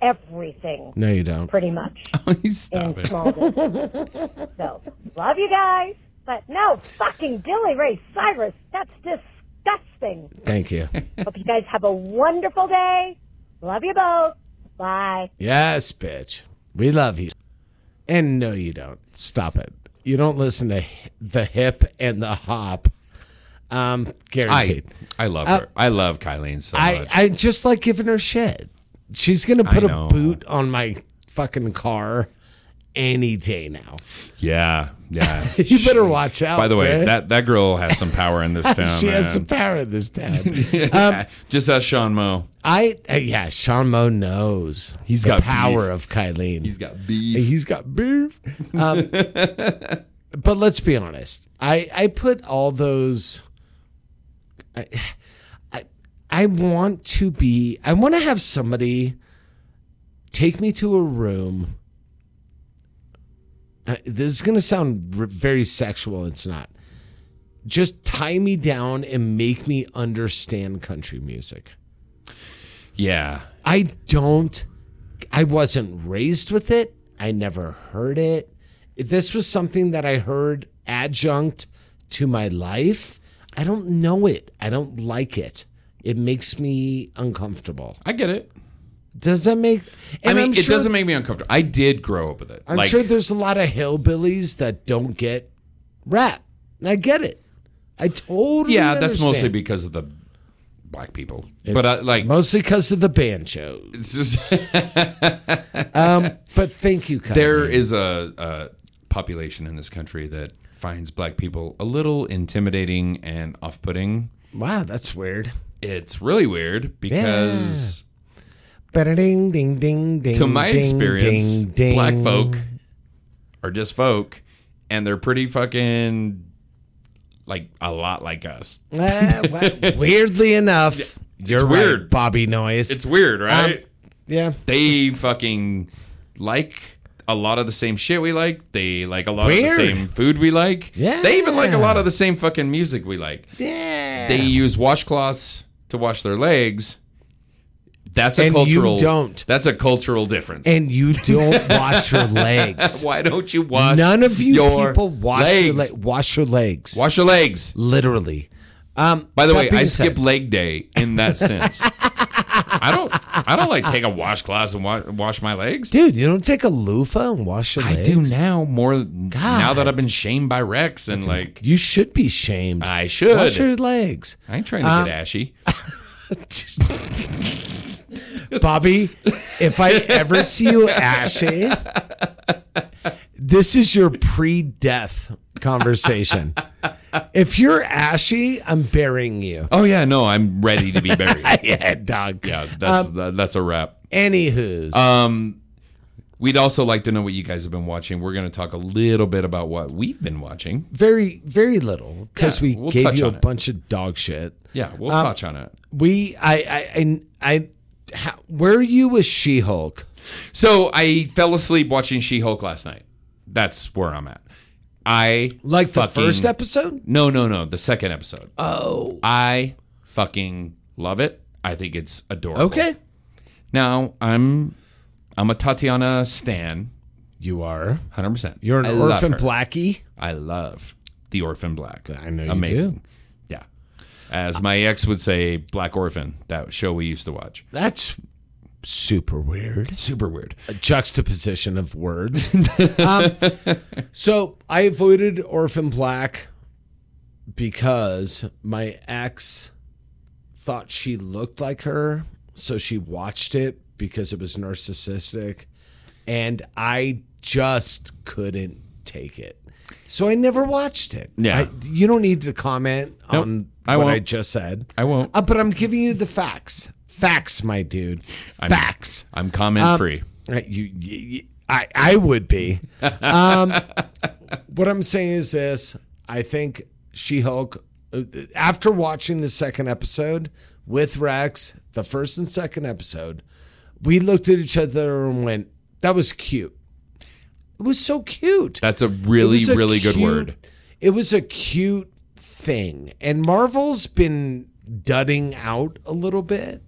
H: everything
E: No, you don't.
H: pretty much
D: Stop
H: in
D: it.
H: small business. so love you guys, but no fucking Billy Ray Cyrus. That's disgusting.
E: Thank you.
H: Hope you guys have a wonderful day. Love you both. Bye.
E: Yes, bitch. We love you. And no, you don't. Stop it. You don't listen to hi- the hip and the hop. Um,
D: I
E: guaranteed.
D: I love
E: Uh,
D: her. I love Kyleen so
E: I,
D: much.
E: I just like giving her shit. She's gonna put a
D: know.
E: boot on my fucking car any day now.
D: Yeah, yeah.
E: You better watch out.
D: By the way,
E: bitch.
D: that, that girl has some power in this town.
E: she has some
D: man.
E: power in this town.
D: Yeah, Just ask Sean Moe.
E: I uh, yeah, Sean Mo knows he's
D: got
E: power
D: beef.
E: of Kylene.
D: He's got beef.
E: he's got beef. Um, but let's be honest. I I put all those. I, I I want to be. I want to have somebody take me to a room. Uh, this is going to sound r- very sexual. It's not. Just tie me down and make me understand country music.
D: Yeah,
E: I don't. I wasn't raised with it. I never heard it. This was something that I heard adjunct to my life. I don't know it. I don't like it. It makes me uncomfortable.
D: I get it.
E: Does that make?
D: I
E: and
D: mean,
E: I'm
D: it
E: sure-
D: doesn't make me uncomfortable. I did grow up with it.
E: I'm
D: like,
E: sure there's a lot of hillbillies that don't get rap. And I get it. I totally.
D: yeah, that's mostly
E: understand.
D: because of the black people. but I,
E: It's
D: like,
E: mostly because of the banjo.
D: it's just-
E: Um, But thank you, Kyle.
D: there is a, a population in this country that finds black people a little intimidating and off-putting.
E: Wow, that's weird.
D: It's really weird because.
E: Ba-da-ding, ding, ding, ding.
D: to my
E: ding,
D: experience,
E: ding, ding.
D: black folk are just folk, and they're pretty fucking like a lot like us.
E: Ah, well, weirdly enough, you're
D: weird.
E: right, Bobby Noise.
D: It's weird,
E: Um,
D: right?
E: yeah,
D: they fucking like a lot of the same shit we like. They like a lot of
E: Weird.
D: the same food we like.
E: Yeah.
D: They even like a lot of the same fucking music we like.
E: yeah.
D: They use washcloths to wash their legs. That's a
E: And you
D: cultural
E: don't.
D: That's a cultural difference.
E: and you don't wash your legs.
D: why don't you wash
E: None of you
D: your
E: people wash your
D: legs?
E: le- wash your legs.
D: Wash your legs.
E: Literally. Um,
D: By the
E: that
D: way,
E: being
D: I
E: said-
D: skip leg day in that sense. I don't. I don't like take a wash class and wa- wash my legs.
E: dude. You don't take a loofah and wash your
D: I
E: legs.
D: do now more now that I've been shamed by Rex and like
E: You should be shamed.
D: I should.
E: Wash your legs.
D: I ain't trying to get ashy.
E: Bobby, if I ever see you ashy, this is your pre death conversation. If you're ashy, I'm burying you.
D: Oh yeah, no, I'm ready to be buried.
E: yeah, dog.
D: Yeah, that's
E: Um,
D: that, that's a wrap.
E: Anywho's.
D: Um, we'd also like to know what you guys have been watching. We're going to talk a little bit about what we've been watching.
E: very, very little because
D: Yeah,
E: we
D: we'll
E: gave
D: touch
E: you a
D: on it.
E: bunch of dog shit.
D: Yeah, we'll
E: Um,
D: touch on it.
E: We, I, I, I, I how, where are you with She Hulk?
D: So I fell asleep watching She Hulk last night. That's where I'm at. I
E: Like the
D: fucking-
E: first episode?
D: No, no, no. The second episode.
E: Oh.
D: I fucking love it. I think it's adorable.
E: Okay.
D: Now I'm I'm a Tatiana Stan,
E: You are.
D: hundred percent.
E: You're an
D: I love
E: orphan
D: her.
E: blackie.
D: I love the Orphan Black.
E: I know you
D: Amazing.
E: do.
D: Yeah. As my ex would say, Black Orphan, that show we used to watch.
E: That's super weird.
D: Super weird.
E: A juxtaposition of words. um, so I avoided Orphan Black because my ex thought she looked like her. So she watched it because it was narcissistic. And I just couldn't take it. So I never watched it.
D: Yeah.
E: I- you don't need to comment
D: Nope,
E: on
D: I
E: what I
D: won't.
E: just said.
D: I won't.
E: Uh, but I'm giving you the facts. Facts, my dude.
D: I'm-
E: Facts.
D: I'm comment
E: Um,
D: free.
E: Uh, you, you, you- I, I would be. Um, what I'm saying is this: I think She Hulk. After watching the second episode with Rex, the first and second episode, we looked at each other and went, "That was cute." It was so cute.
D: That's a
E: It
D: really,
E: was a
D: really good
E: cute-
D: word.
E: It was a cute thing. And Marvel's been dudding out a little bit.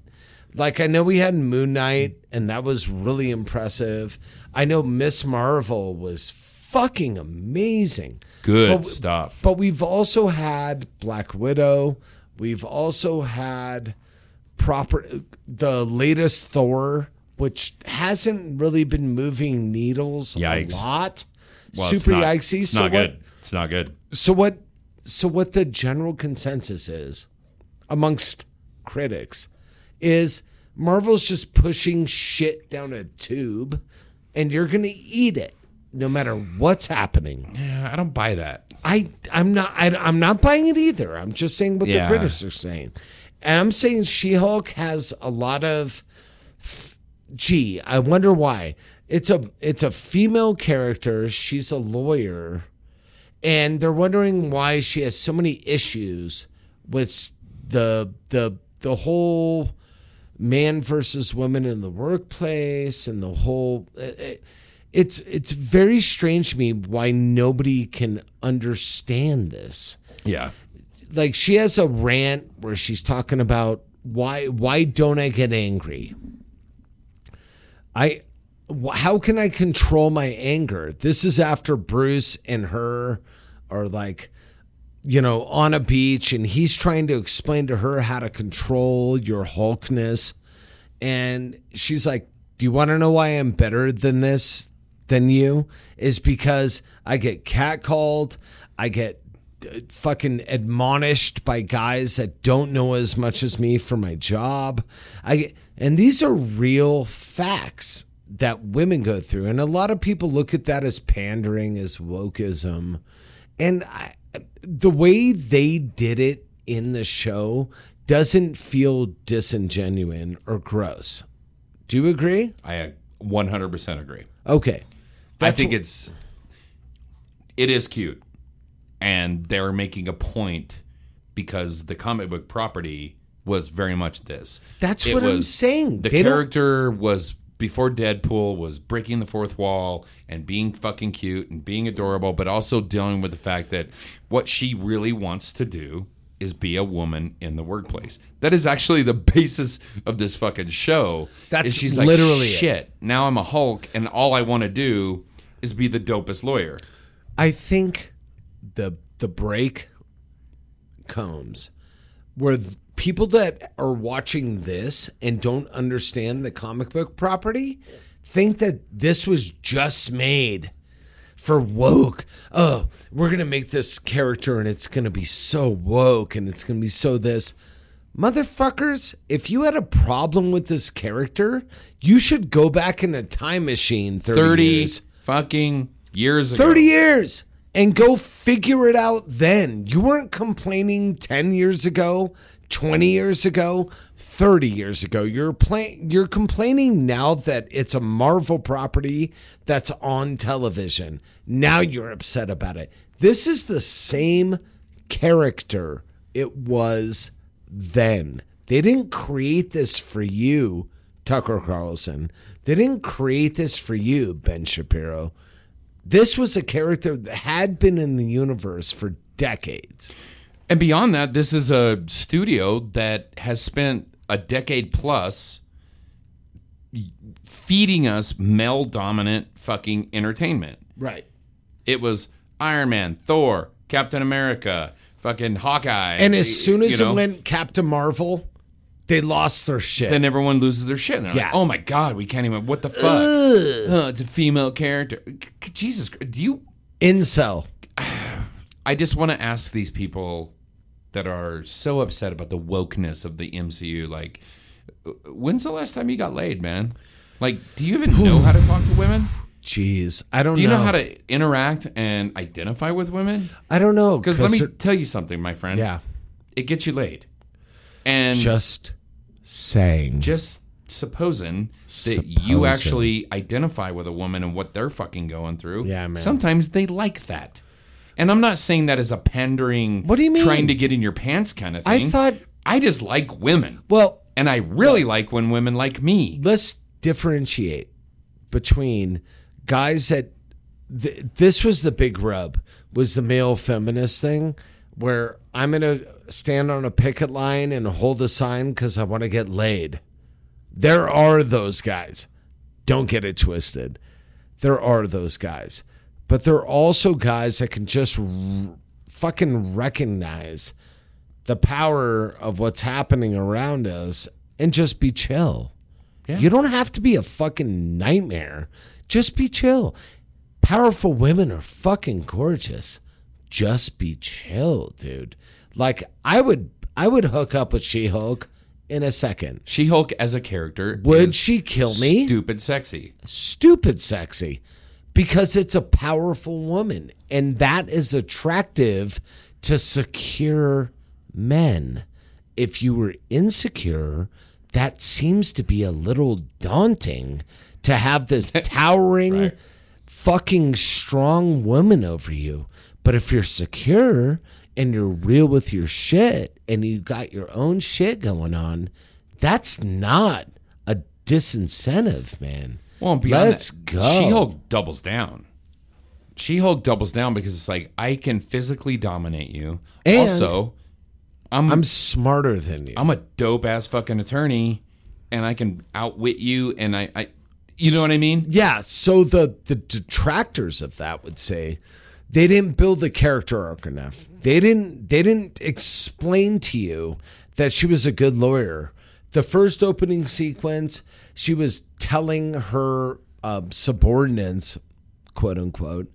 E: Like I know we had Moon Knight and that was really impressive. I know Miss Marvel was fucking amazing.
D: Good
E: But-
D: stuff.
E: But we've also had Black Widow. We've also had proper the latest Thor, which hasn't really been moving needles
D: Yikes.
E: a lot.
D: Well, it's
E: Super
D: not-
E: yikesy.
D: It's
E: So
D: not
E: what-
D: good. It's not good.
E: so what? So what the general consensus is amongst critics is Marvel's just pushing shit down a tube, and you're gonna eat it no matter what's happening.
D: Yeah, I don't buy that.
E: I I'm not I, I'm not buying it either. I'm just saying what
D: Yeah.
E: the critics are saying, and I'm saying She-Hulk has a lot of. f- Gee, I wonder why. It's a it's a female character. She's a lawyer, and they're wondering why she has so many issues with s- the the the whole man versus woman in the workplace and the whole eh, it- it- it's it's very strange to me why nobody can understand this
D: Yeah.
E: like she has a rant where she's talking about why why don't I get angry? I wh- how can I control my anger? This is after Bruce and her are like you know on a beach and he's trying to explain to her how to control your hulkness and she's like do you want to know why i'm better than this than you is because i get catcalled i get uh, fucking admonished by guys that don't know as much as me for my job i get, and these are real facts that women go through and a lot of people look at that as pandering as wokeism and I, the way they did it in the show doesn't feel disingenuine or gross. Do you agree?
D: I uh, 100% agree.
E: Okay.
D: I think it's it is cute, and they're making a point because the comic book property was very much this.
E: That's what I'm saying.
D: The
E: They don't-
D: character was before Deadpool was breaking the fourth wall and being fucking cute and being adorable, but also dealing with the fact that what she really wants to do is be a woman in the workplace. That is actually the basis of this fucking show.
E: That's
D: is she's
E: literally
D: like,
E: it.
D: shit. Now I'm a Hulk, and all I want to do is be the dopest lawyer.
E: I think the the break comes where th- people that are watching this and don't understand the comic book property think that this was just made for woke. Oh, we're going to make this character and it's going to be so woke and it's going to be so this. Motherfuckers, if you had a problem with this character, you should go back in a time machine 30,
D: 30
E: years.
D: fucking years ago.
E: 30 years and go figure it out then. You weren't complaining 10 years ago, 20 years ago, 30 years ago. You're playing you're complaining now that it's a Marvel property that's on television. Now you're upset about it. This is the same character it was then. They didn't create this for you, Tucker Carlson. They didn't create this for you, Ben Shapiro. This was a character that had been in the universe for decades.
D: And beyond that, this is a studio that has spent a decade plus feeding us male dominant fucking entertainment.
E: Right.
D: It was Iron Man, Thor, Captain America, fucking Hawkeye.
E: And as soon as
D: you know,
E: it went Captain Marvel, they lost their shit.
D: then everyone loses their shit. And they're
E: Yeah.
D: like, oh my God, we can't even, what the fuck? Huh, it's a female character. C- c- Jesus, Christ, do you
E: Incel.
D: I just want to ask these people that are so upset about the wokeness of the MCU, like, when's the last time you got laid, man? Like, do you even know how to talk to women?
E: Jeez, I don't
D: Do you know, how to interact and identify with women?
E: I don't know
D: Because let me
E: they're-
D: tell you something, my friend.
E: Yeah,
D: It gets you laid. And
E: just
D: just,
E: saying.
D: supposing that you
E: Supposing.
D: actually identify with a woman and what they're fucking going through,
E: Yeah, man.
D: sometimes they like that. And I'm not saying that as a pandering,
E: What do you mean?
D: trying to get in your pants kind of
E: I
D: thing.
E: thought-
D: I just like women.
E: well,
D: And I really like when women like me.
E: let's differentiate between guys that th- this was the big rub was the male feminist thing where I'm going to stand on a picket line and hold a sign cuz I want to get laid. There are those guys. Don't get it twisted. There are those guys. But there are also guys that can just r- fucking recognize the power of what's happening around us and just be chill. You don't have to be a fucking nightmare. Just be chill. Powerful women are fucking gorgeous. Just be chill, dude. Like I would I would hook up with She-Hulk in a second.
D: She Hulk as a character
E: Would
D: is
E: she kill me?
D: Stupid sexy.
E: Stupid sexy. Because it's a powerful woman and that is attractive to secure men. If you were insecure, that seems to be a little daunting to have this towering
D: Right.
E: fucking strong woman over you. But if you're secure and you're real with your shit and you got your own shit going on, that's not a disincentive, man.
D: Well, and beyond
E: Let's
D: that,
E: go.
D: She Hulk doubles down. She Hulk doubles down because it's like I can physically dominate you.
E: And-
D: also, I'm
E: I'm
D: I'm,
E: smarter than you.
D: a dope ass fucking attorney, and I can outwit you. And I, I you know what I mean?
E: yeah, so the the detractors of that would say they didn't build the character arc enough. They didn't they didn't explain to you that she was a good lawyer. The first opening sequence, she was telling her um, subordinates, quote unquote,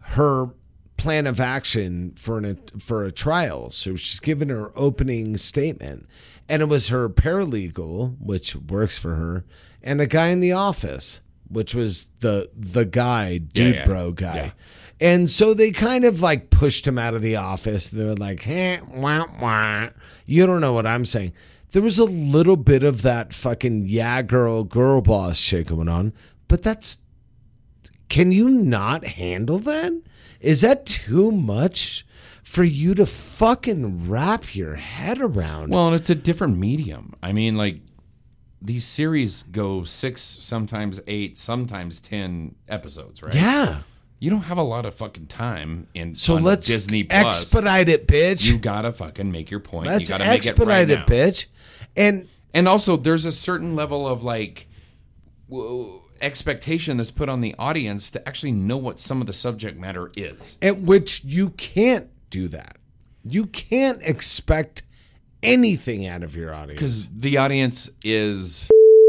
E: her plan of action for an for a trial. So she's given her opening statement, and it was her paralegal, which works for her, and a guy in the office, which was the the guy, dude,
D: yeah.
E: bro, guy. And so they kind of like pushed him out of the office. They were like, "Hey, wah, wah. you don't know what I'm saying." There was a little bit of that fucking yeah girl, girl boss shit going on, but that's can you not handle that? Is that too much for you to fucking wrap your head around?
D: Well, and it's a different medium. I mean, like these series go six, sometimes eight, sometimes ten episodes, right?
E: yeah.
D: You don't have a lot of fucking time in
E: So
D: on
E: let's
D: Disney Plus.
E: expedite it, bitch.
D: You gotta fucking make your point.
E: let's
D: you gotta make it right
E: expedite it,
D: now.
E: bitch. And
D: And also, there's a certain level of like whoa, expectation that's put on the audience to actually know what some of the subject matter is.
E: at which you can't do that. You can't expect anything out of your audience.
D: Because the audience is.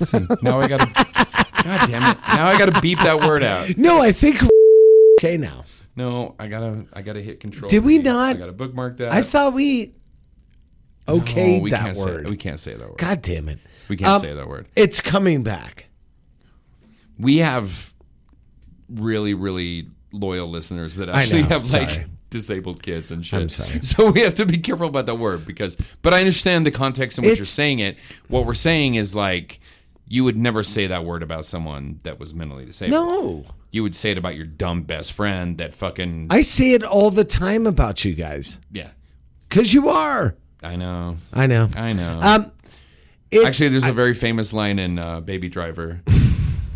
D: Listen, now I gotta. God damn it! Now I gotta beep that word out.
E: No, I think okay now.
D: No, I gotta. I gotta hit control.
E: Did we
D: B.
E: not-
D: I gotta bookmark that.
E: I thought we okayed
D: Uh, No, we
E: that
D: can't
E: word.
D: Say, we can't say that word.
E: God damn it.
D: We can't
E: Um,
D: say that word.
E: It's coming back.
D: We have really, really loyal listeners that
E: I
D: actually
E: know,
D: have
E: sorry.
D: like disabled kids and shit.
E: I'm sorry.
D: So we have to be careful about that word because. But I understand the context in which you're
E: It's-
D: saying it. What we're saying is like you would never say that word about someone that was mentally disabled.
E: No.
D: You would say it about your dumb best friend that fucking
E: I say it all the time about you guys
D: yeah.
E: because you are.
D: I know.
E: I know.
D: I know.
E: Um, it's,
D: Uh, Actually, there's a very famous line in uh, Baby Driver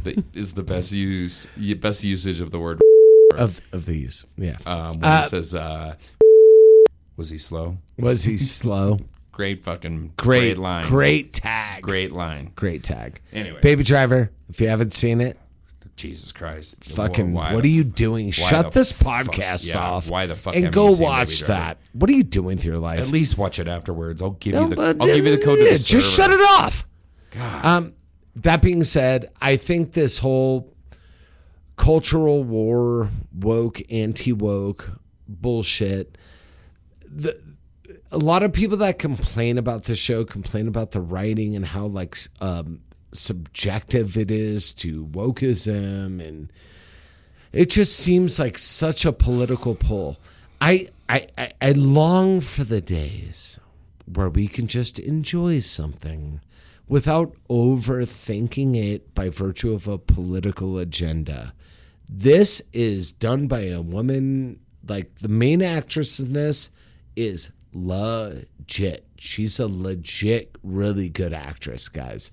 D: that is the best use y- best usage of the word.
E: of of the use. Yeah.
D: Um, when
E: Uh,
D: it says, uh, "Was he slow?"
E: Was he slow?
D: Great fucking
E: Great,
D: line.
E: Great tag.
D: great line.
E: Great tag.
D: Anyways.
E: Baby Driver. If you haven't seen it,
D: Jesus Christ!
E: fucking,
D: Why
E: what
D: the
E: are you
D: f-
E: doing?
D: why the
E: Shut this
D: fuck-
E: podcast
D: yeah,
E: off.
D: Why the fuck?
E: And
D: haven't
E: go
D: you seen Baby
E: watch
D: Driver?
E: that. What are you doing with your
D: At
E: life?
D: least watch it afterwards. I'll give
E: No,
D: you the.
E: but-
D: I'll give you the code to the
E: yeah, Just shut
D: server.
E: it off. Um, that being said, I think this whole cultural war, woke, anti woke bullshit. The a lot of people that complain about the show complain about the writing and how like s- um, subjective it is to wokeism and it just seems like such a political pull. I I, I, I long for the days where we can just enjoy something without overthinking it by virtue of a political agenda. This is done by a woman, like the main actress in this is legit. She's a legit, really good actress, guys.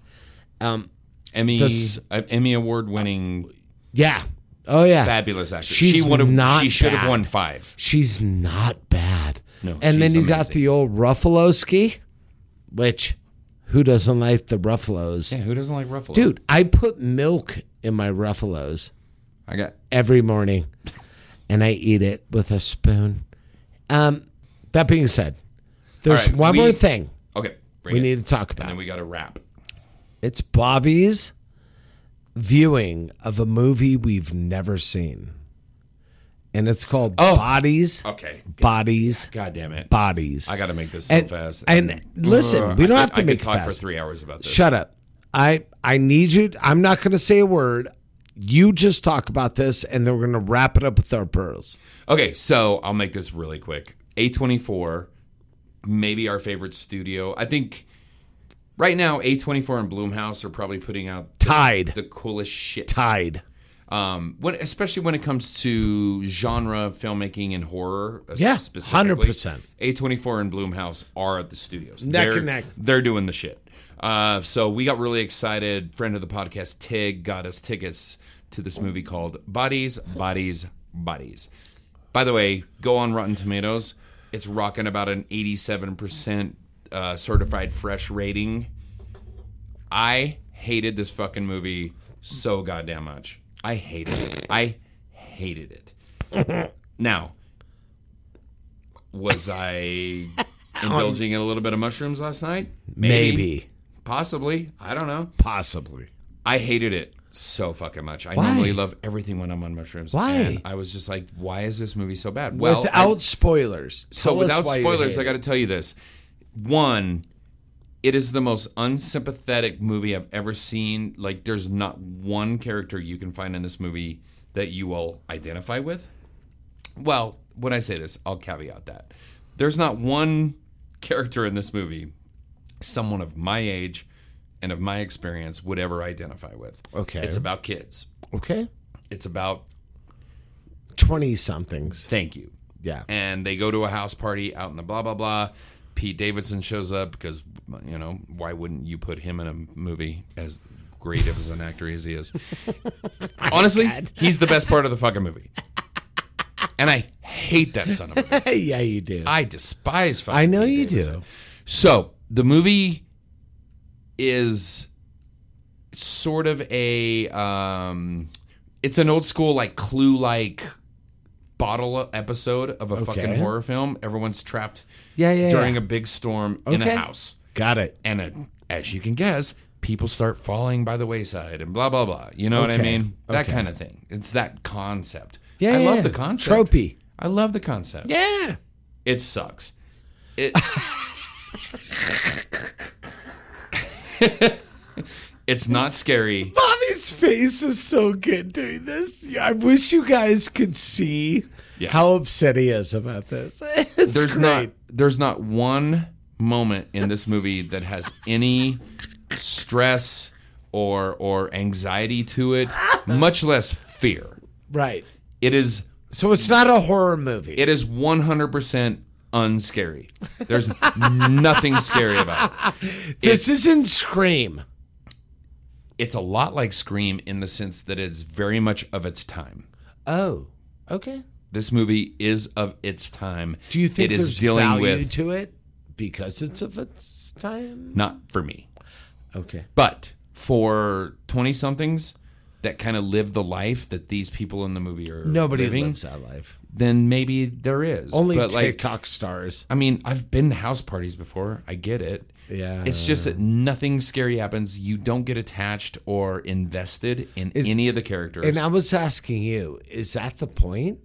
E: Um,
D: Emmy,
E: The s-
D: uh, Emmy award winning,
E: yeah. Oh yeah.
D: fabulous actress.
E: She's
D: she would have.
E: not
D: She should
E: bad.
D: have won five.
E: She's not bad.
D: No,
E: and then
D: she's
E: you got
D: amazing.
E: the old Ruffaloski, which who doesn't like the Ruffalos?
D: Yeah, who doesn't like Ruffalo?
E: Dude, I put milk in my Ruffalos
D: I got
E: every morning and I eat it with a spoon. Um, that being said, there's
D: All right,
E: one
D: we-
E: more thing
D: okay. bring
E: we
D: it.
E: need to talk
D: and
E: about.
D: then we got to wrap.
E: it's Bobby's viewing of a movie we've never seen. And it's called
D: Oh.
E: Bodies.
D: Okay.
E: Bodies.
D: God damn it.
E: Bodies.
D: I got to make this so
E: and,
D: fast.
E: and listen, we don't
D: I
E: have
D: could-
E: to
D: I could
E: make it
D: talk
E: fast.
D: for three hours about this.
E: Shut up. I I need you. I'm not going to say a word. You just talk about this, and then we're going to wrap it up with our pearls.
D: Okay, so I'll make this really quick. A24, maybe our favorite studio. I think right now A24 and Bloomhouse are probably putting out the,
E: Tied.
D: the coolest shit.
E: Tied.
D: Um, when especially when it comes to genre filmmaking and horror. uh,
E: Yeah,
D: specifically.
E: 100%.
D: A24 and Bloomhouse are at the studios.
E: Neck
D: they're,
E: and neck.
D: They're doing the shit. Uh, so we got really excited. Friend of the podcast, Tig, got us tickets to this movie called Bodies, Bodies, Bodies. By the way, go on Rotten Tomatoes. It's rocking about an 87% uh, certified fresh rating. I hated this fucking movie so goddamn much. I hated it. I hated it. now, was I indulging in a little bit of mushrooms last night?
E: Maybe.
D: Possibly. I don't know.
E: Possibly.
D: I hated it so fucking much. I
E: Why?
D: normally love everything when I'm on mushrooms.
E: Why?
D: And I was just like, why is this movie so bad? Well, I-
E: without spoilers.
D: so
E: Tell us
D: without
E: why you
D: spoilers,
E: hate
D: I got to tell you this. One, it is the most unsympathetic movie I've ever seen. Like, there's not one character you can find in this movie that you will identify with. Well, when I say this, I'll caveat that. There's not one character in this movie someone of my age and of my experience would ever identify with.
E: Okay.
D: It's about kids.
E: it. okay.
D: It's about
E: Twenty somethings.
D: thank you.
E: Yeah.
D: and they go to a house party out in the blah blah blah. Pete Davidson shows up because you know why wouldn't you put him in a movie as great of as an actor as he is? Honestly, he's the best part of the fucking movie, and I hate that son of a. bitch.
E: yeah, you do.
D: I despise fucking.
E: I know
D: Pete
E: you
D: Davidson.
E: do.
D: So the movie is sort of a um, it's an old school like clue like bottle e-, episode of a fucking
E: Okay.
D: horror film. Everyone's trapped
E: Yeah, yeah,
D: during
E: yeah.
D: a big storm in
E: Okay.
D: a house.
E: Got it.
D: And uh as you can guess, people start falling by the wayside and blah blah blah. You know what I
E: Okay.
D: mean? That
E: Okay.
D: kind of thing. It's that concept.
E: Yeah,
D: I
E: yeah,
D: love
E: yeah.
D: the concept.
E: Tropey.
D: I love the concept
E: Yeah.
D: it sucks. It It's not scary.
E: Bobby's face is so good doing this. I wish you guys could see
D: Yeah.
E: how upset he is about this. It's
D: there's
E: great.
D: not there's not one moment in this movie that has any stress or or anxiety to it, much less fear.
E: right.
D: It is
E: So it's not a horror movie.
D: it is 100% unscary. There's nothing scary about it.
E: this isn't Scream.
D: It's a lot like Scream in the sense that it's very much of its time.
E: Oh, okay.
D: This movie is of its time.
E: Do you think
D: it is
E: there's
D: dealing
E: value
D: with
E: to it because it's of its time?
D: not for me.
E: Okay.
D: But for 20 somethings that kind of live the life that these people in the movie are
E: Nobody
D: living,
E: lives that life.
D: then maybe there is.
E: Only
D: but like
E: TikTok stars.
D: I mean, I've been to house parties before. I get it.
E: Yeah.
D: It's just
E: Uh.
D: that nothing scary happens. You don't get attached or invested in
E: Is-
D: any of the characters.
E: And I was asking you, is that the point?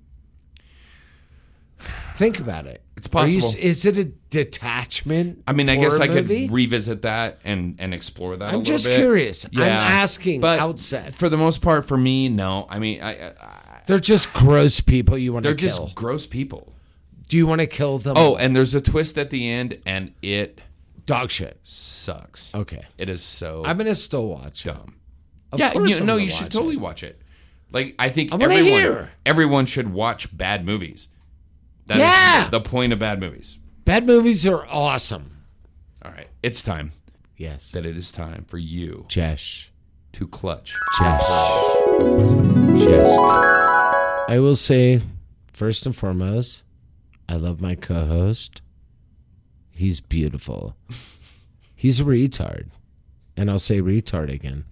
E: Think about it.
D: It's
E: Are you-
D: possible.
E: is it a detachment?
D: I mean, I guess
E: horror
D: I could
E: movie?
D: revisit that and and explore that. a
E: I'm
D: little
E: just
D: bit.
E: curious. I'm asking
D: but
E: outset.
D: For the most part, for me, no. I mean, I, I
E: They're just gross people you want
D: they're
E: to
D: just
E: kill.
D: gross people.
E: Do you want to kill them?
D: Oh, and there's a twist at the end, and it
E: dog shit.
D: sucks.
E: Okay.
D: It is so
E: I'm gonna still watch. it.
D: dumb.
E: Of
D: yeah,
E: course
D: you,
E: I'm
D: no,
E: gonna
D: you should
E: watch
D: totally
E: it.
D: watch it. Like I think
E: I wanna
D: everyone
E: hear.
D: everyone should watch bad movies. That is
E: Yeah.
D: the point of bad movies.
E: Bad movies are awesome.
D: All right, it's time
E: Yes.
D: that it is time for you
E: Jesh.
D: to clutch.
E: Jesh.
D: with wisdom.
E: Jesk. I will say, first and foremost, I love my co host. He's beautiful. He's a retard. And I'll say retard again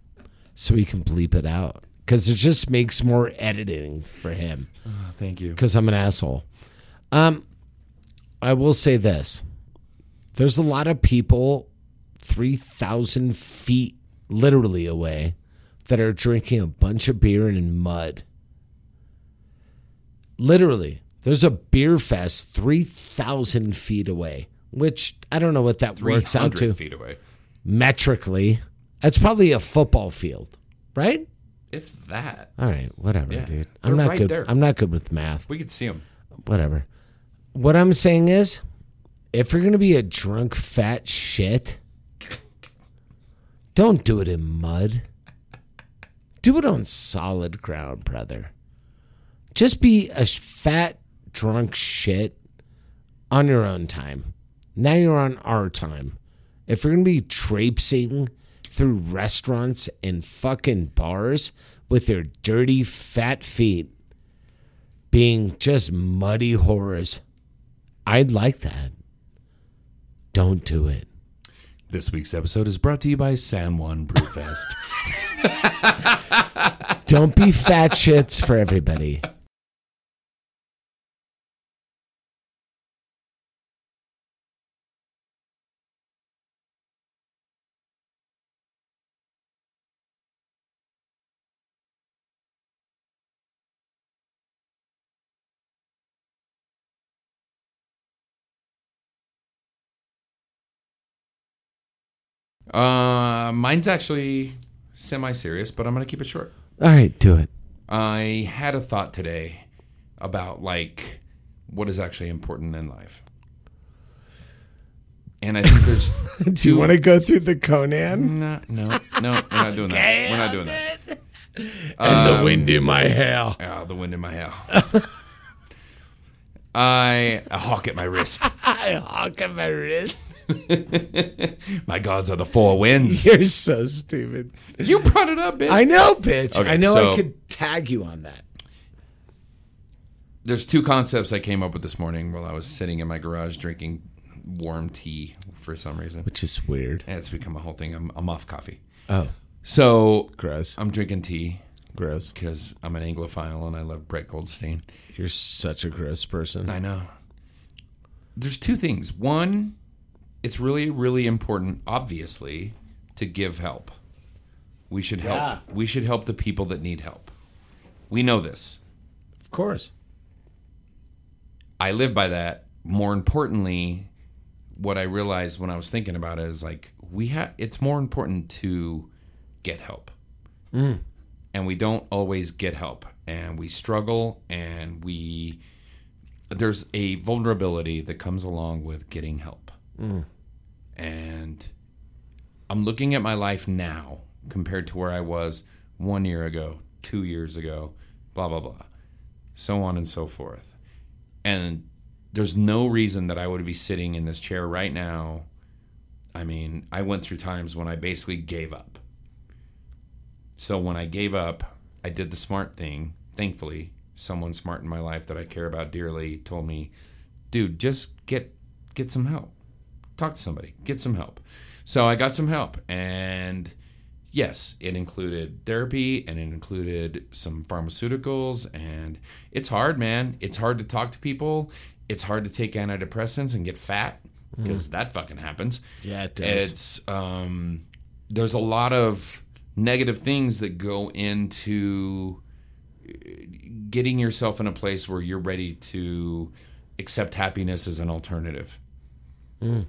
E: so he can bleep it out because it just makes more editing for him
D: Thank you.
E: because I'm an asshole. Um, I will say this: there's a lot of people three thousand feet literally away that are drinking a bunch of beer and in mud. Literally, there's a beer fest three thousand feet away, which I don't know what that works out to
D: 300 feet away,
E: metrically. That's probably a football field, right?
D: if that.
E: All right, whatever,
D: Yeah,
E: dude.
D: they're
E: I'm not
D: right
E: good.
D: there.
E: I'm not good with math
D: We could see him.
E: whatever. What I'm saying is, if you're gonna be a drunk fat shit, don't do it in mud. Do it on solid ground, brother. Just be a sh- fat drunk shit on your own time. Now you're on our time. If you're gonna be traipsing through restaurants and fucking bars with your dirty fat feet, being just muddy horrors. I'd like that. Don't do it.
D: This week's episode is brought to you by San Juan Brewfest.
E: Don't be fat shits for everybody.
D: uh, mine's actually semi-serious, but I'm gonna keep it short.
E: All right, do it.
D: I had a thought today about like what is actually important in life. And I think there's
E: Do you want to go through the Conan?
D: no, no, no, we're not doing that. We're not doing that.
E: and
D: Um,
E: the wind in my hair.
D: Ah, the wind in my hair. I a hawk at my wrist.
E: I hawk at my wrist.
D: My gods are the four winds.
E: You're so stupid.
D: You brought it up, bitch.
E: I know, bitch.
D: Okay,
E: I know
D: so-
E: I could tag you on that.
D: there's two concepts I came up with this morning while I was sitting in my garage drinking warm tea for some reason.
E: Which is weird.
D: And it's become a whole thing. I'm, I'm off coffee.
E: Oh,
D: So
E: gross.
D: I'm drinking tea
E: Gross.
D: because I'm an Anglophile and I love Brett Goldstein.
E: You're such a gross person.
D: I know. There's two things. One, it's really, really important, obviously, to give help. We should help.
E: Yeah.
D: We should help the people that need help. We know this.
E: Of course.
D: I live by that. More importantly, what I realized when I was thinking about it is like we have. It's more important to get help,
E: Mm.
D: and we don't always get help, and we struggle, and we there's a vulnerability that comes along with getting help.
E: Mm.
D: And I'm looking at my life now compared to where I was one year ago, two years ago, blah, blah, blah, so on and so forth. And there's no reason that I would be sitting in this chair right now. I mean, I went through times when I basically gave up. So when I gave up, I did the smart thing. Thankfully, someone smart in my life that I care about dearly told me, "Dude, just get get some help. Talk to somebody. Get some help." So I got some help and yes, it included therapy and it included some pharmaceuticals and it's hard, man. It's hard to talk to people. It's hard to take antidepressants and get fat because
E: Mm.
D: that fucking happens.
E: Yeah, it does.
D: It's um, there's a lot of negative things that go into uh, getting yourself in a place where you're ready to accept happiness as an alternative.
E: Mm.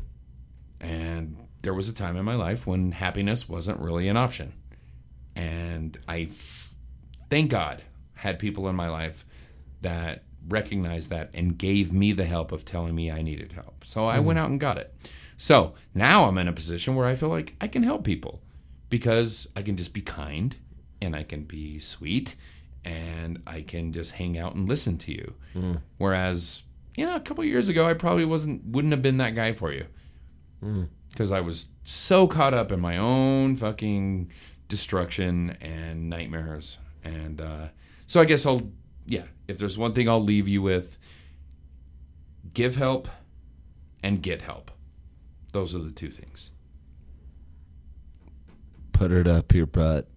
D: And there was a time in my life when happiness wasn't really an option. And I, f- thank God, had people in my life that recognized that and gave me the help of telling me I needed help. So I went
G: Mhm.
D: out and got it. So now I'm in a position where I feel like I can help people because I can just be kind and I can be sweet and I can just hang out and listen to you.
G: Mm.
D: Whereas, you know, a couple years ago, I probably wasn't wouldn't have been that guy for you because I was so caught up in my own fucking destruction and nightmares. And uh, so I guess I'll, yeah, if there's one thing I'll leave you with, give help and get help. Those are the two things.
E: Put it up your butt.